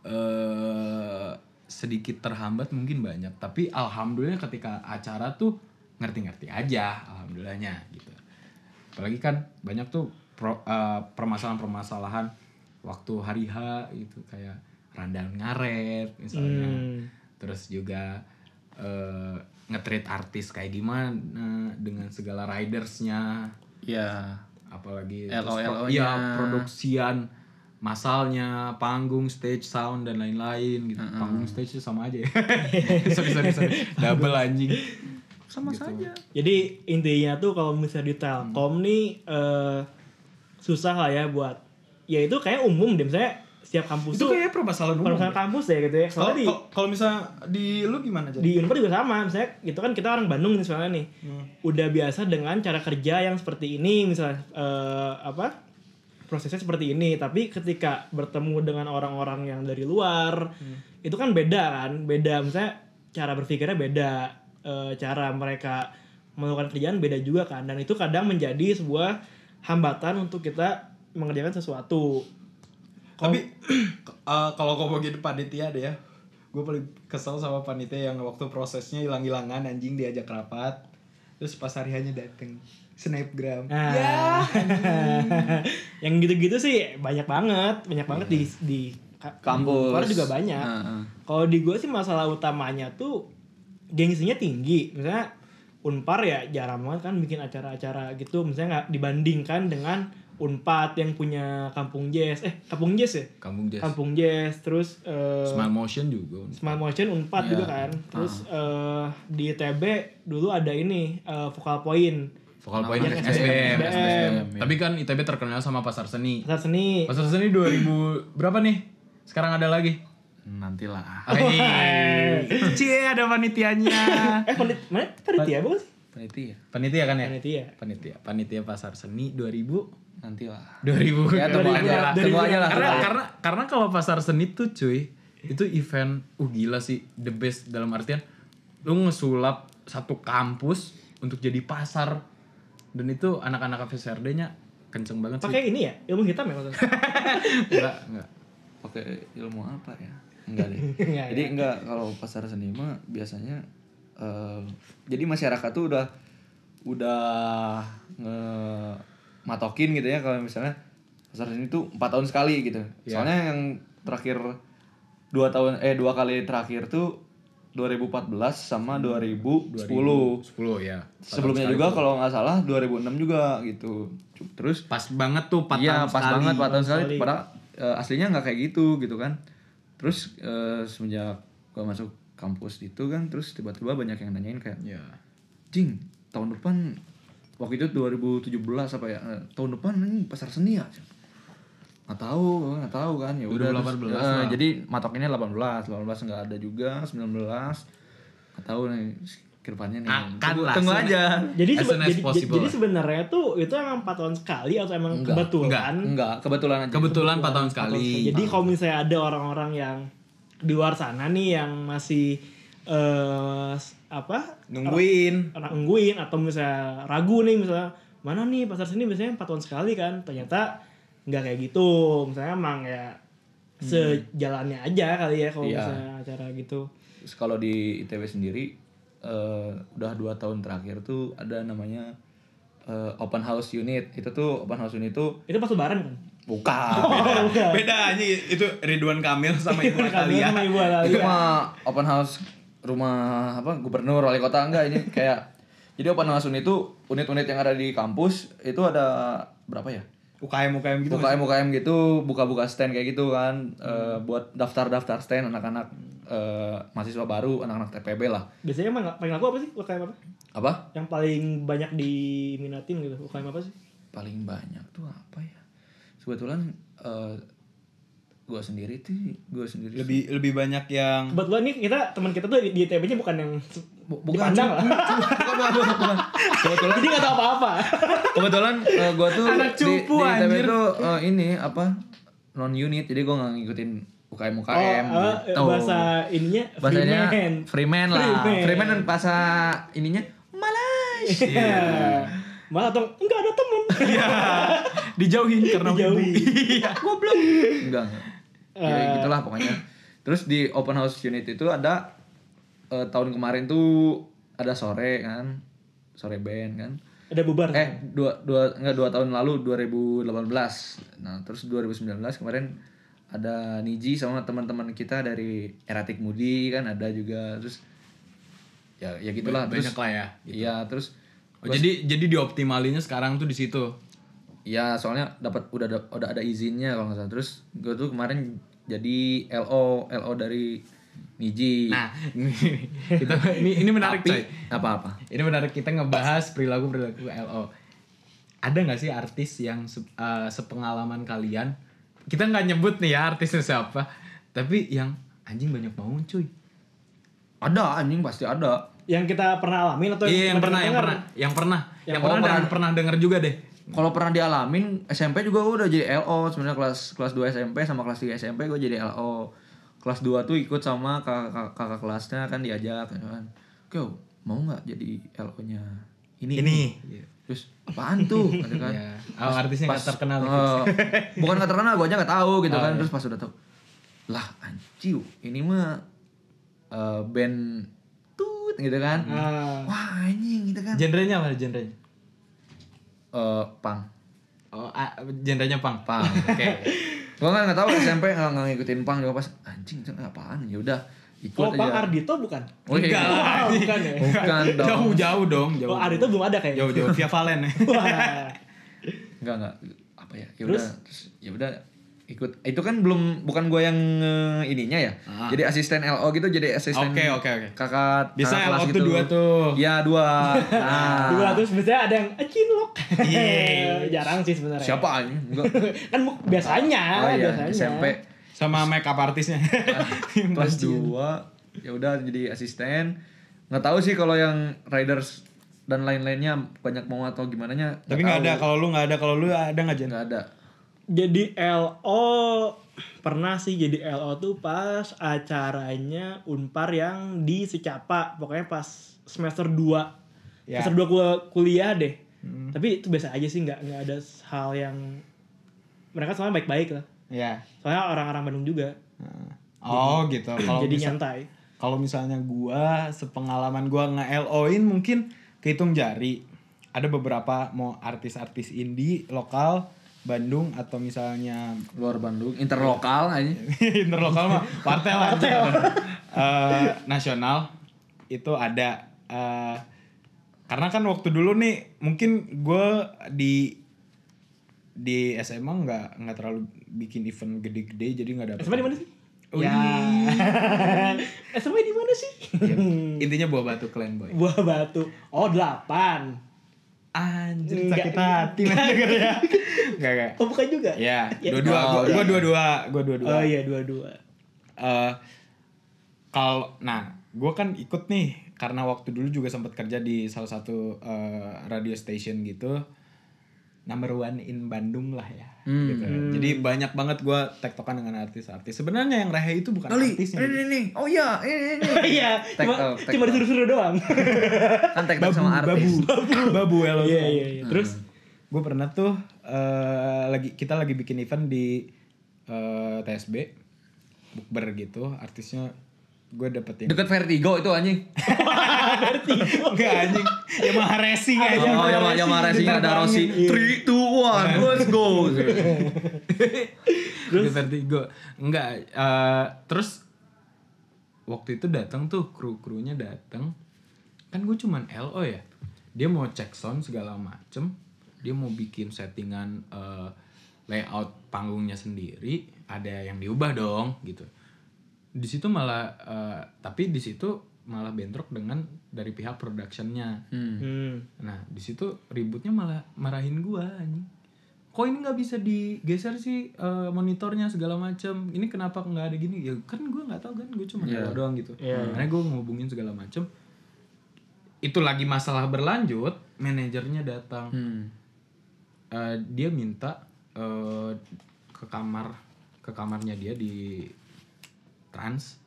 Speaker 1: eh sedikit terhambat mungkin banyak. Tapi alhamdulillah ketika acara tuh ngerti-ngerti aja alhamdulillahnya gitu. Apalagi kan banyak tuh pro- eh, permasalahan-permasalahan waktu hari H gitu kayak rundown ngaret misalnya.
Speaker 4: Hmm.
Speaker 1: Terus juga eh nge-treat artis kayak gimana dengan segala ridersnya
Speaker 8: Iya.
Speaker 1: apalagi
Speaker 8: LOL-nya.
Speaker 9: iya,
Speaker 1: ya produksian masalnya panggung stage sound dan lain-lain gitu panggung stage itu sama aja ya sorry sorry sorry double anjing sama saja
Speaker 4: Jadi intinya tuh kalau misalnya di
Speaker 9: Hmm.
Speaker 4: Telkom nih eh, susah lah ya buat ya itu kayak umum deh misalnya setiap kampus
Speaker 9: Itu
Speaker 4: tuh
Speaker 9: kayak permasalahan umum.
Speaker 4: kalau misalnya kampus deh gitu ya
Speaker 9: Kalau
Speaker 4: soalnya di
Speaker 9: kalau- kalau misalnya di lu gimana jadi?
Speaker 4: di Unpad juga sama misalnya gitu kan kita orang Bandung nih misalnya nih udah biasa dengan cara kerja yang seperti ini misalnya eh, apa prosesnya seperti ini tapi ketika bertemu dengan orang-orang yang dari luar itu kan beda kan beda misalnya cara berpikirnya beda eh, cara mereka melakukan kerjaan beda juga kan dan itu kadang menjadi sebuah hambatan untuk kita mengerjakan sesuatu
Speaker 9: Tapi eh, kalau kau bagi panitia deh ya. Gue paling kesel sama panitia yang waktu prosesnya hilang-hilangan anjing diajak rapat. Terus pas hari hanya dateng snapgram.
Speaker 4: Nah, yang gitu-gitu sih banyak banget, banyak banget di di ka-
Speaker 2: Kampus.
Speaker 4: Luar juga banyak. Kalau di gue sih masalah utamanya tuh gengsinya tinggi. Misalnya Unpar ya jarang banget kan bikin acara-acara gitu. Misalnya nggak dibandingkan dengan Unpad yang punya Kampung Jazz. Eh, Kampung Jazz ya?
Speaker 1: kampung jazz
Speaker 4: Kampung Jazz terus eh,
Speaker 1: smile motion juga
Speaker 4: Smart Motion
Speaker 1: Iya.
Speaker 4: Unpad juga kan. Terus
Speaker 1: Ah.
Speaker 4: eh, di TB dulu ada ini eh, Vokal Point.
Speaker 1: vokal point
Speaker 4: Namanya
Speaker 1: SBM,
Speaker 4: SBM.
Speaker 1: SBM. tapi kan ITB terkenal sama pasar seni
Speaker 4: Pasar seni.
Speaker 1: pasar seni 2000 berapa nih sekarang ada lagi
Speaker 8: Nantilah.
Speaker 1: Hei. cie ada panitianya
Speaker 4: Eh, penit, mana panitia bukan sih?
Speaker 8: Peneliti ya.
Speaker 1: panitia kan ya
Speaker 4: Panitia.
Speaker 1: panitia panitia pasar seni 2000
Speaker 8: Nantilah.
Speaker 1: 2000
Speaker 8: Ya tunggu aja lah. Tunggu aja lah.
Speaker 1: karena karena karena kalau pasar seni tuh cuy itu event uh gila sih the best dalam artian lu ngesulap satu kampus untuk jadi pasar dan itu anak-anak FSRD nya kenceng banget sih
Speaker 4: Pakai ini ya, ilmu hitam ya maksudnya.
Speaker 1: enggak enggak
Speaker 2: Pakai ilmu apa ya? Enggak deh.
Speaker 4: Enggak,
Speaker 2: jadi enggak kalau pasar seni mah biasanya eh, jadi masyarakat tuh udah udah ngematokin gitu ya kalau misalnya pasar seni tuh empat tahun sekali gitu. Soalnya yang terakhir dua tahun eh dua kali terakhir tuh 2014 sama
Speaker 1: 10
Speaker 2: 2010.
Speaker 1: ya
Speaker 2: Sebelumnya juga kalau nggak salah 2006 juga gitu. Terus
Speaker 1: pas banget tuh 4
Speaker 2: iya,
Speaker 1: tahun
Speaker 2: pas
Speaker 1: sekali.
Speaker 2: banget 4 tahun sekali. Padahal eh, aslinya nggak kayak gitu gitu kan. Terus eh, semenjak gua masuk kampus itu kan, terus tiba-tiba banyak yang nanyain kayak,
Speaker 1: Iya.
Speaker 2: Jing, tahun depan waktu itu 2017 apa ya? eh, tahun depan ini pasar seni ya. Nggak tahu, gua nggak tahu kan ya udah.
Speaker 1: 2018
Speaker 2: terus, eh,
Speaker 1: lah.
Speaker 2: jadi matokinnya 18, 18 nggak ada juga, 19 nggak tahu nih ke depannya nih.
Speaker 1: Akan
Speaker 2: Tunggu-
Speaker 1: lah,
Speaker 2: Tunggu
Speaker 1: soon-
Speaker 2: aja.
Speaker 4: jadi
Speaker 1: As
Speaker 4: sebe-
Speaker 1: soon as
Speaker 4: jadi,
Speaker 1: possible.
Speaker 4: jadi sebenarnya tuh itu emang 4 tahun sekali atau emang
Speaker 2: Enggak,
Speaker 1: Kan?
Speaker 4: kebetulan.
Speaker 2: Enggak, kebetulan aja.
Speaker 1: kebetulan 4 tahun sekali
Speaker 4: Jadi kalau misalnya ada orang-orang yang di luar sana nih yang masih eh s- apa?
Speaker 9: Nungguin.
Speaker 4: orang nungguin atau misalnya ragu nih misalnya mana nih pasar seni biasanya 4 tahun sekali kan ternyata nggak kayak gitu misalnya emang ya
Speaker 1: Hmm.
Speaker 4: sejalannya aja kali ya kalau
Speaker 2: Iya.
Speaker 4: misalnya acara gitu
Speaker 2: Terus kalau di ITW sendiri eh, udah dua tahun terakhir tuh ada namanya eh, open house unit. Itu tuh open house unit tuh
Speaker 4: itu pas lebaran kan
Speaker 2: bukan.
Speaker 9: Oh, Beda aja itu Ridwan Kamil sama Ibu Atalia.
Speaker 4: Kalian sama ibu iya.
Speaker 2: itu
Speaker 4: Atalia.
Speaker 2: mah
Speaker 9: iya.
Speaker 2: open house rumah apa gubernur wali kota enggak ini kayak jadi open house unit itu unit-unit yang ada di kampus itu ada berapa ya?
Speaker 9: UKM UKM gitu.
Speaker 2: UKM UKM gitu buka-buka stand kayak gitu kan eh, buat daftar-daftar stand anak-anak eh, mahasiswa baru anak-anak TPB lah
Speaker 4: biasanya emang nggak- paling laku apa sih UKM apa
Speaker 2: apa
Speaker 4: yang paling banyak diminatin gitu UKM apa sih
Speaker 2: paling banyak tuh apa ya kebetulan eh gue sendiri tuh gue sendiri
Speaker 9: Lebih lebih banyak yang
Speaker 4: kebetulan nih kita teman kita tuh di, di ITB nya bukan yang
Speaker 2: bukan
Speaker 4: dipandang lah.
Speaker 2: kebetulan
Speaker 4: Jadi nggak tahu apa-apa.
Speaker 2: kebetulan eh, gua tuh
Speaker 4: Anak cupu,
Speaker 2: di, di ITB
Speaker 4: anjir.
Speaker 2: tuh eh, ini apa non unit jadi gua nggak ngikutin UKM
Speaker 4: Oh,
Speaker 2: UKM
Speaker 4: eh, bahasa ininya
Speaker 2: Gitu. bahasanya
Speaker 4: freeman.
Speaker 2: freeman lah
Speaker 4: Freeman.
Speaker 2: freeman, dan bahasa ininya Malaysia
Speaker 4: Iya. Malah atau enggak ada temen.
Speaker 1: Dijauhin karena
Speaker 4: Dijauhi.
Speaker 2: goblok enggak enggak ya
Speaker 4: Eh.
Speaker 2: gitulah pokoknya terus di open house unit itu ada eh, tahun kemarin tuh ada sore kan sore band kan
Speaker 4: ada bubar.
Speaker 2: eh dua dua enggak dua tahun lalu 2018 nah terus 2019 kemarin ada Niji sama teman-teman kita dari Eratik Mudi kan ada juga terus ya ya gitulah terus
Speaker 1: Banyak lah ya.
Speaker 2: iya terus
Speaker 1: Oh, jadi jadi dioptimalinya sekarang tuh di situ.
Speaker 2: Ya soalnya dapat udah ada, udah ada izinnya kalau nggak salah. Terus gue tuh kemarin jadi LO LO dari Niji.
Speaker 1: Nah, ini, kita, ini, ini menarik coy.
Speaker 2: apa apa?
Speaker 1: Ini menarik kita ngebahas perilaku perilaku LO. Ada nggak sih artis yang se- eh, sepengalaman kalian? Kita nggak nyebut nih ya artisnya siapa, tapi yang anjing banyak banget cuy.
Speaker 2: Ada anjing pasti ada.
Speaker 4: yang kita pernah alamin atau
Speaker 1: Iya yang pernah, yang
Speaker 4: dengar?
Speaker 1: pernah, yang pernah, yang,
Speaker 2: oh,
Speaker 1: pernah, dan
Speaker 2: pernah.
Speaker 1: pernah denger juga deh.
Speaker 2: Kalau pernah dialamin SMP juga gua udah jadi LO sebenarnya kelas kelas 2 SMP sama kelas 3 SMP gue jadi LO. Kelas 2 tuh ikut sama kakak, kakak kelasnya kan diajak gitu kan. Kau mau nggak jadi LO-nya? Ini ini.
Speaker 1: Iya.
Speaker 2: Terus apaan tuh? Gitu kan.
Speaker 1: Ya. Oh, artisnya nggak terkenal. gitu. Oh, iya.
Speaker 2: Eh, bukan nggak terkenal gue aja nggak tahu gitu kan terus pas udah tahu lah anjir ini mah eh, band tut gitu kan
Speaker 1: Hmm.
Speaker 4: Ah,
Speaker 2: wah anjing gitu kan
Speaker 1: Genrenya apa genrenya?
Speaker 2: Eh, pang
Speaker 1: Oh, ah, genrenya pang.
Speaker 2: pang
Speaker 1: Oke.
Speaker 2: gue kan nggak tahu SMP nggak nggak ngikutin pang juga pas anjing ceng, apaan ya udah ikut
Speaker 4: Oh, Bang
Speaker 2: aja
Speaker 4: Ardito bukan?
Speaker 2: Oh, iya.
Speaker 4: Oh, bukan ya.
Speaker 2: bukan dong
Speaker 1: Jauh-jauh dong, jauh.
Speaker 4: Oh, Ardito belum ada kayaknya.
Speaker 1: Jauh-jauh via Valen ya.
Speaker 4: Wah.
Speaker 2: nggak nggak apa ya ya udah terus ya udah ikut itu kan belum bukan gue yang eh, ininya ya jadi asisten LO gitu jadi
Speaker 1: Ah.
Speaker 2: asisten
Speaker 1: Oke, oke, oke.
Speaker 2: kakak
Speaker 1: Biasa
Speaker 2: kakak
Speaker 1: LO
Speaker 2: kelas
Speaker 1: tuh dua tuh.
Speaker 2: ya dua nah
Speaker 4: Dua terus biasanya ada yang "Eh, cinlok. Jarang
Speaker 1: ya.
Speaker 4: sih sebenarnya.
Speaker 2: siapa anjing enggak
Speaker 4: Kan bu- biasanya,
Speaker 1: Ah,
Speaker 2: oh iya
Speaker 4: biasanya.
Speaker 2: SMP
Speaker 1: Sama makeup artisnya.
Speaker 2: Ah, kelas dua ya udah jadi asisten nggak tahu sih kalau yang riders dan lain-lainnya banyak mau atau gimana nya
Speaker 1: Tapi nggak ada kalau lu nggak ada kalau lu ada nggak Jen?
Speaker 2: nggak ada
Speaker 4: Jadi LO pernah sih jadi LO tuh pas acaranya Unpar yang di Secapa, pokoknya pas semester 2.
Speaker 1: Ya.
Speaker 4: Semester 2 gua kuliah deh. Tapi itu biasa aja sih nggak nggak ada hal yang mereka soalnya baik-baik lah.
Speaker 1: Ya.
Speaker 4: Soalnya orang-orang Bandung juga.
Speaker 1: Oh gitu. Kalau
Speaker 4: jadi
Speaker 1: misal-
Speaker 4: nyantai.
Speaker 1: kalau misalnya gua sepengalaman gua nge-LO-in mungkin kehitung jari. Ada beberapa mau artis-artis indie lokal Bandung atau misalnya
Speaker 2: luar Bandung interlokal aja
Speaker 1: Nah, interlokal mah partai lah Eh, nasional itu ada Eh, karena kan waktu dulu nih mungkin gue di di SMA nggak nggak terlalu bikin event gede-gede jadi nggak ada
Speaker 4: SMA di mana sih?
Speaker 1: ya
Speaker 4: SMA di mana sih?
Speaker 1: iya. intinya buah batu clan boy
Speaker 4: Buah Batu. Oh, 8.
Speaker 1: anjir
Speaker 4: Nggak,
Speaker 1: sakit hati lah denger ya nggak nggak
Speaker 4: Oh, bukan juga.
Speaker 1: ya
Speaker 4: Ya.
Speaker 1: dua-dua
Speaker 2: Oh,
Speaker 1: gue dua-dua gue dua-dua
Speaker 4: Oh iya, dua-dua.
Speaker 1: eh kalau nah gue kan ikut nih karena waktu dulu juga sempat kerja di salah satu eh, radio station gitu number one in Bandung lah ya
Speaker 4: Hmm.
Speaker 1: gitu. jadi banyak banget gue tektokan dengan artis-artis sebenarnya yang rehe itu bukan artisnya
Speaker 2: ini ini oh iya ini ini
Speaker 4: Iya,
Speaker 2: Tag
Speaker 4: cuma
Speaker 2: out, tag
Speaker 4: cuma
Speaker 2: out.
Speaker 4: disuruh-suruh doang.
Speaker 2: kan tag tag sama artis
Speaker 1: babu babu hello
Speaker 4: Iya, iya, iya. Terus
Speaker 1: gue pernah tuh eh, lagi kita lagi bikin event di eh, TSB bukber gitu artisnya gue dapetin
Speaker 2: deket vertigo itu anjing
Speaker 1: Enggak anjing. Yamaha Racing anjing.
Speaker 2: oh ya
Speaker 1: iya,
Speaker 2: ya Racing ada Rossi three two one let's go
Speaker 1: Terus vertigo. Enggak eh, terus waktu itu datang tuh kru-krunya datang. Kan gue cuman LO ya. Dia mau cek sound segala macem. Dia mau bikin settingan eh, layout panggungnya sendiri. Ada yang diubah dong gitu. Di situ malah eh, tapi di situ malah bentrok dengan dari pihak productionnya.
Speaker 4: hmm.
Speaker 1: Nah, di situ ributnya malah marahin gua anjing. Kok ini nggak bisa digeser sih eh, monitornya segala macem Ini kenapa nggak ada gini? Ya kan gua nggak tahu kan, gua cuma tahu doang gitu. Karena gua ngehubungin segala macem itu lagi masalah berlanjut, manajernya datang.
Speaker 2: Hmm.
Speaker 1: Eh, dia minta eh, ke kamar ke kamarnya dia di trans.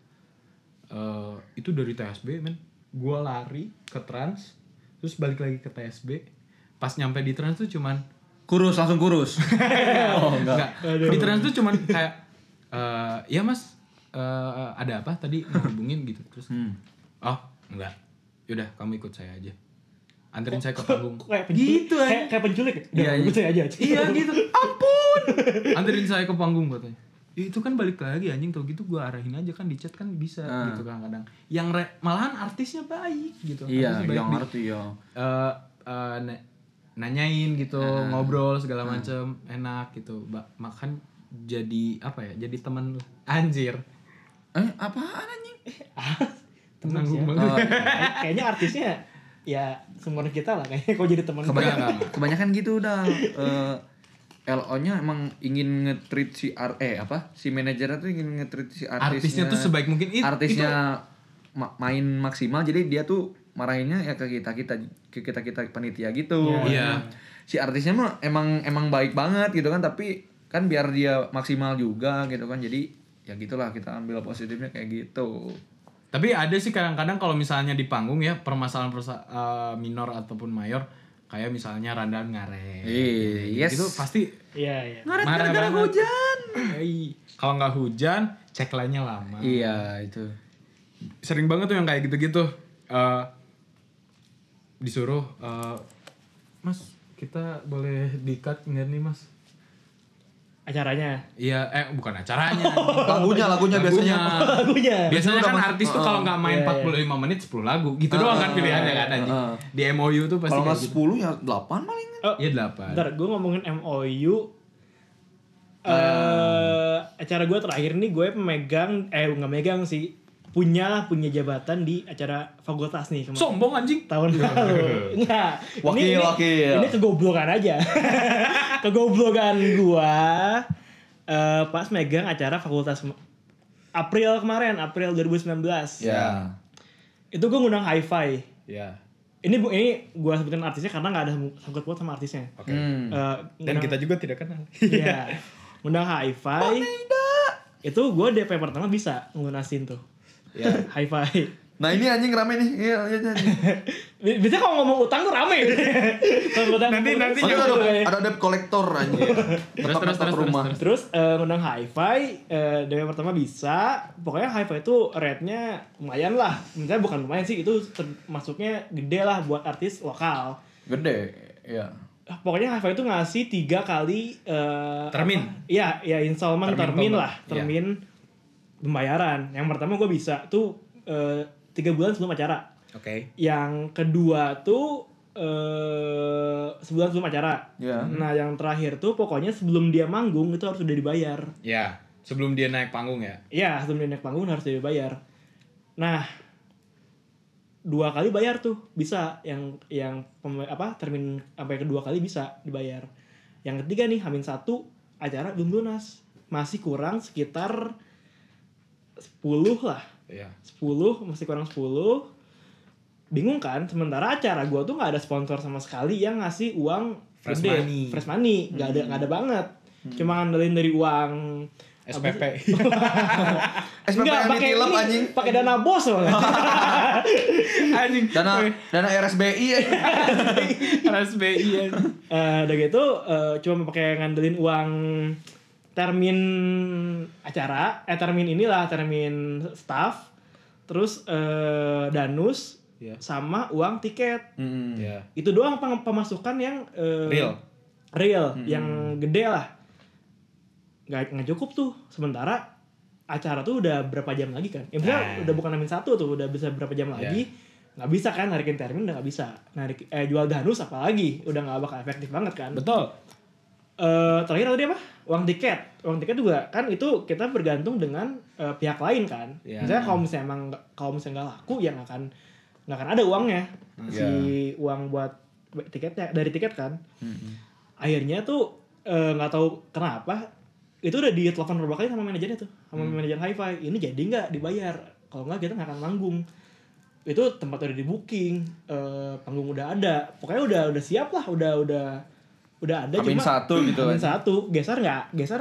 Speaker 1: Eh, itu dari TSB men. Gua lari ke trans, terus balik lagi ke TSB. Pas nyampe di trans tuh cuman
Speaker 2: Kurus langsung kurus. oh enggak.
Speaker 1: Enggak. Di trans tuh cuman kayak eh, ya Mas eh, ada apa tadi ngehubungin gitu terus.
Speaker 4: Hmm.
Speaker 1: Oh, enggak. Yaudah, kamu ikut saya aja. Anterin saya ke panggung.
Speaker 4: Kok kayak penculik
Speaker 1: Gitu aja.
Speaker 4: kayak, kayak penculik iya,
Speaker 1: Iya,
Speaker 4: saya aja
Speaker 1: Iya gitu. Ampun. Anterin saya ke panggung katanya. Ya, itu kan balik lagi anjing tau gitu gue arahin aja kan di chat kan bisa gitu kadang-kadang. Yang re- malahan artisnya baik gitu.
Speaker 2: Iya,
Speaker 1: Artisnya baik
Speaker 2: yang
Speaker 1: di-
Speaker 2: ngerti ya.
Speaker 1: eh eh, na- nanyain gitu ngobrol segala macem enak gitu ba- makan jadi apa ya jadi teman anjir
Speaker 2: Eh, apaan anjing?
Speaker 4: teman Ah, sih ya. Kayak- kayaknya artisnya ya sumber kita lah kayaknya kok jadi teman kita.
Speaker 2: Kebanyakan, kebanyakan gitu udah. Eh, LO-nya emang ingin nge-treat si ar eh apa? Si manajernya tuh ingin nge-treat si
Speaker 1: artisnya
Speaker 2: artisnya.
Speaker 1: tuh sebaik mungkin It- itu
Speaker 2: artisnya ma- main maksimal jadi dia tuh marahinnya ya ke kita kita ke kita kita penitia gitu
Speaker 1: Iya.
Speaker 2: si artisnya mah emang emang baik banget gitu kan tapi kan biar dia maksimal juga gitu kan jadi ya gitulah kita ambil positifnya kayak gitu
Speaker 1: tapi ada sih kadang-kadang kalau misalnya di panggung ya permasalahan persa- eh, minor ataupun mayor kayak misalnya Randan ngaret
Speaker 2: eh yes
Speaker 1: itu pasti
Speaker 4: Iya, iya.
Speaker 1: ngaret gara-gara hujan kalau nggak hujan cek lainnya lama
Speaker 2: iya itu
Speaker 1: sering banget tuh yang kayak gitu-gitu Eh, disuruh eh, mas kita boleh dikat nggak nih mas
Speaker 4: Acaranya.
Speaker 1: iya eh bukan acaranya
Speaker 5: Oh, Lagunya, lagunya biasanya.
Speaker 4: Lagunya. Iya,
Speaker 1: biasanya kan artis tuh kalau nggak main 45 menit 10 lagu gitu doang kan pilihannya kan anjing di MOU tuh pasti
Speaker 5: Ah, Kalau nggak
Speaker 1: kayak
Speaker 5: 10
Speaker 1: gitu.
Speaker 5: ya 8 paling.
Speaker 4: Oh,
Speaker 1: ya
Speaker 5: kan.
Speaker 1: delapan
Speaker 4: Ntar gue ngomongin MOU. Eh
Speaker 5: Ah.
Speaker 4: acara gue terakhir nih gue memegang eh nggak megang sih punya lah punya jabatan di acara fakultas nih kemarin.
Speaker 1: sombong anjing
Speaker 4: tahun lalu. Enggak.
Speaker 5: Wakil,
Speaker 4: ini,
Speaker 5: wakil.
Speaker 4: Ini kegoblokan aja. kegoblokan gua eh, pas megang acara fakultas kema- April kemarin, April 2019.
Speaker 5: Ya.
Speaker 4: Itu gua ngundang Hi-Fi.
Speaker 5: Iya.
Speaker 1: ya
Speaker 4: Ini bu, ini gua sebutin artisnya karena nggak ada sangkut paut sama artisnya.
Speaker 1: oke Hmm.
Speaker 4: Eh,
Speaker 2: Hmm.
Speaker 1: dan
Speaker 4: ngundang-
Speaker 1: kita juga tidak kenal
Speaker 4: Iya. Ngundang Hi-Fi. itu gua DP pertama bisa ngelunasin tuh.
Speaker 1: Iya.
Speaker 4: Ya. Hi-Fi.
Speaker 5: Nah ini anjing rame nih. Iya, iya, iya.
Speaker 4: Biasanya kalau ngomong utang tuh rame. Kalau utang-
Speaker 1: Nanti- nanti
Speaker 5: Padahal
Speaker 4: Tuh,
Speaker 5: ada,
Speaker 4: kayak-
Speaker 5: ada debt collector anjing.
Speaker 1: iya. terus terus
Speaker 5: Tetap
Speaker 1: terus
Speaker 5: rumah.
Speaker 1: terus, terus.
Speaker 4: Terus eh, ngundang hi-fi eh dari yang pertama bisa. Pokoknya hi-fi itu rate-nya lumayan lah. Misalnya bukan lumayan sih, itu termasuknya gede lah buat artis lokal.
Speaker 5: Gede. Ya.
Speaker 4: Ah, Pokoknya hi-fi itu ngasih tiga kali eh,
Speaker 1: Termin.
Speaker 4: apa? Iya, ya installment
Speaker 1: Termin
Speaker 4: termin,
Speaker 1: total.
Speaker 4: lah, termin pembayaran. Yang pertama gue bisa tuh eh, tiga bulan sebelum acara.
Speaker 1: oke
Speaker 4: Yang kedua tuh eh sebulan sebelum acara.
Speaker 5: Ya.
Speaker 4: Nah, yang terakhir tuh pokoknya sebelum dia manggung itu harus udah dibayar.
Speaker 1: ya sebelum dia naik panggung ya
Speaker 4: Iya, sebelum dia naik panggung harus dibayar. Nah, dua kali bayar tuh bisa yang yang pem- apa termin sampai kedua kali bisa dibayar. Yang ketiga nih Hamin satu acara belum lunas. Masih kurang sekitar 10 lah.
Speaker 1: ya
Speaker 4: 10 masih kurang 10. Bingung kan? Sementara acara gua tuh nggak ada sponsor sama sekali yang ngasih uang
Speaker 1: Fresh
Speaker 4: gede.
Speaker 1: money. Hmm.
Speaker 4: Fresh money, nggak ada nggak ada banget. Cuma ngandelin dari uang apa sih?
Speaker 1: SPP
Speaker 5: SPP yang
Speaker 4: Enggak, pakai
Speaker 5: ditilap
Speaker 4: ini,
Speaker 5: anjing.
Speaker 4: Pakai dana bos soalnya.
Speaker 1: anjing
Speaker 5: Dana dana RSBI anjing.
Speaker 1: Iya. RSBI anjing
Speaker 4: Eh, udah gitu eh, cuma pakai ngandelin uang termin acara, eh termin inilah termin staff, terus eh, danus
Speaker 1: Iya.
Speaker 4: sama uang tiket.
Speaker 1: ya
Speaker 4: Itu doang peng- pemasukan yang eh,
Speaker 1: real
Speaker 4: real,
Speaker 1: Hmm.
Speaker 4: yang gede lah. Nggak, nggak cukup tuh. Sementara acara tuh udah berapa jam lagi kan? Ya, misalnya
Speaker 1: Eh.
Speaker 4: udah bukan namin satu tuh, udah bisa berapa
Speaker 1: Iya.
Speaker 4: jam lagi. Nggak bisa kan, narikin termin udah nggak bisa. Narik, eh, jual danus apalagi, udah nggak bakal efektif banget kan?
Speaker 1: betul
Speaker 4: Eh, terakhir tadi apa? Uang tiket. Uang tiket juga kan itu kita bergantung dengan eh, pihak lain kan.
Speaker 1: Iya.
Speaker 4: Misalnya kalau misalnya emang nggak- kalau misalnya nggak laku ya nggak akan nggak akan ada uangnya.
Speaker 1: Iya.
Speaker 4: Si uang buat tiketnya dari tiket kan. Akhirnya tuh eh, nggak tahu kenapa itu udah ditelepon berapa
Speaker 2: Hmm.
Speaker 4: kali sama manajernya tuh sama manajer hi-fi ini jadi nggak dibayar kalau nggak kita nggak akan manggung itu tempat udah di booking eh, panggung udah ada pokoknya udah udah siap lah udah udah udah ada
Speaker 2: Hamin satu gitu
Speaker 4: Hamin
Speaker 2: kan.
Speaker 4: satu geser nggak geser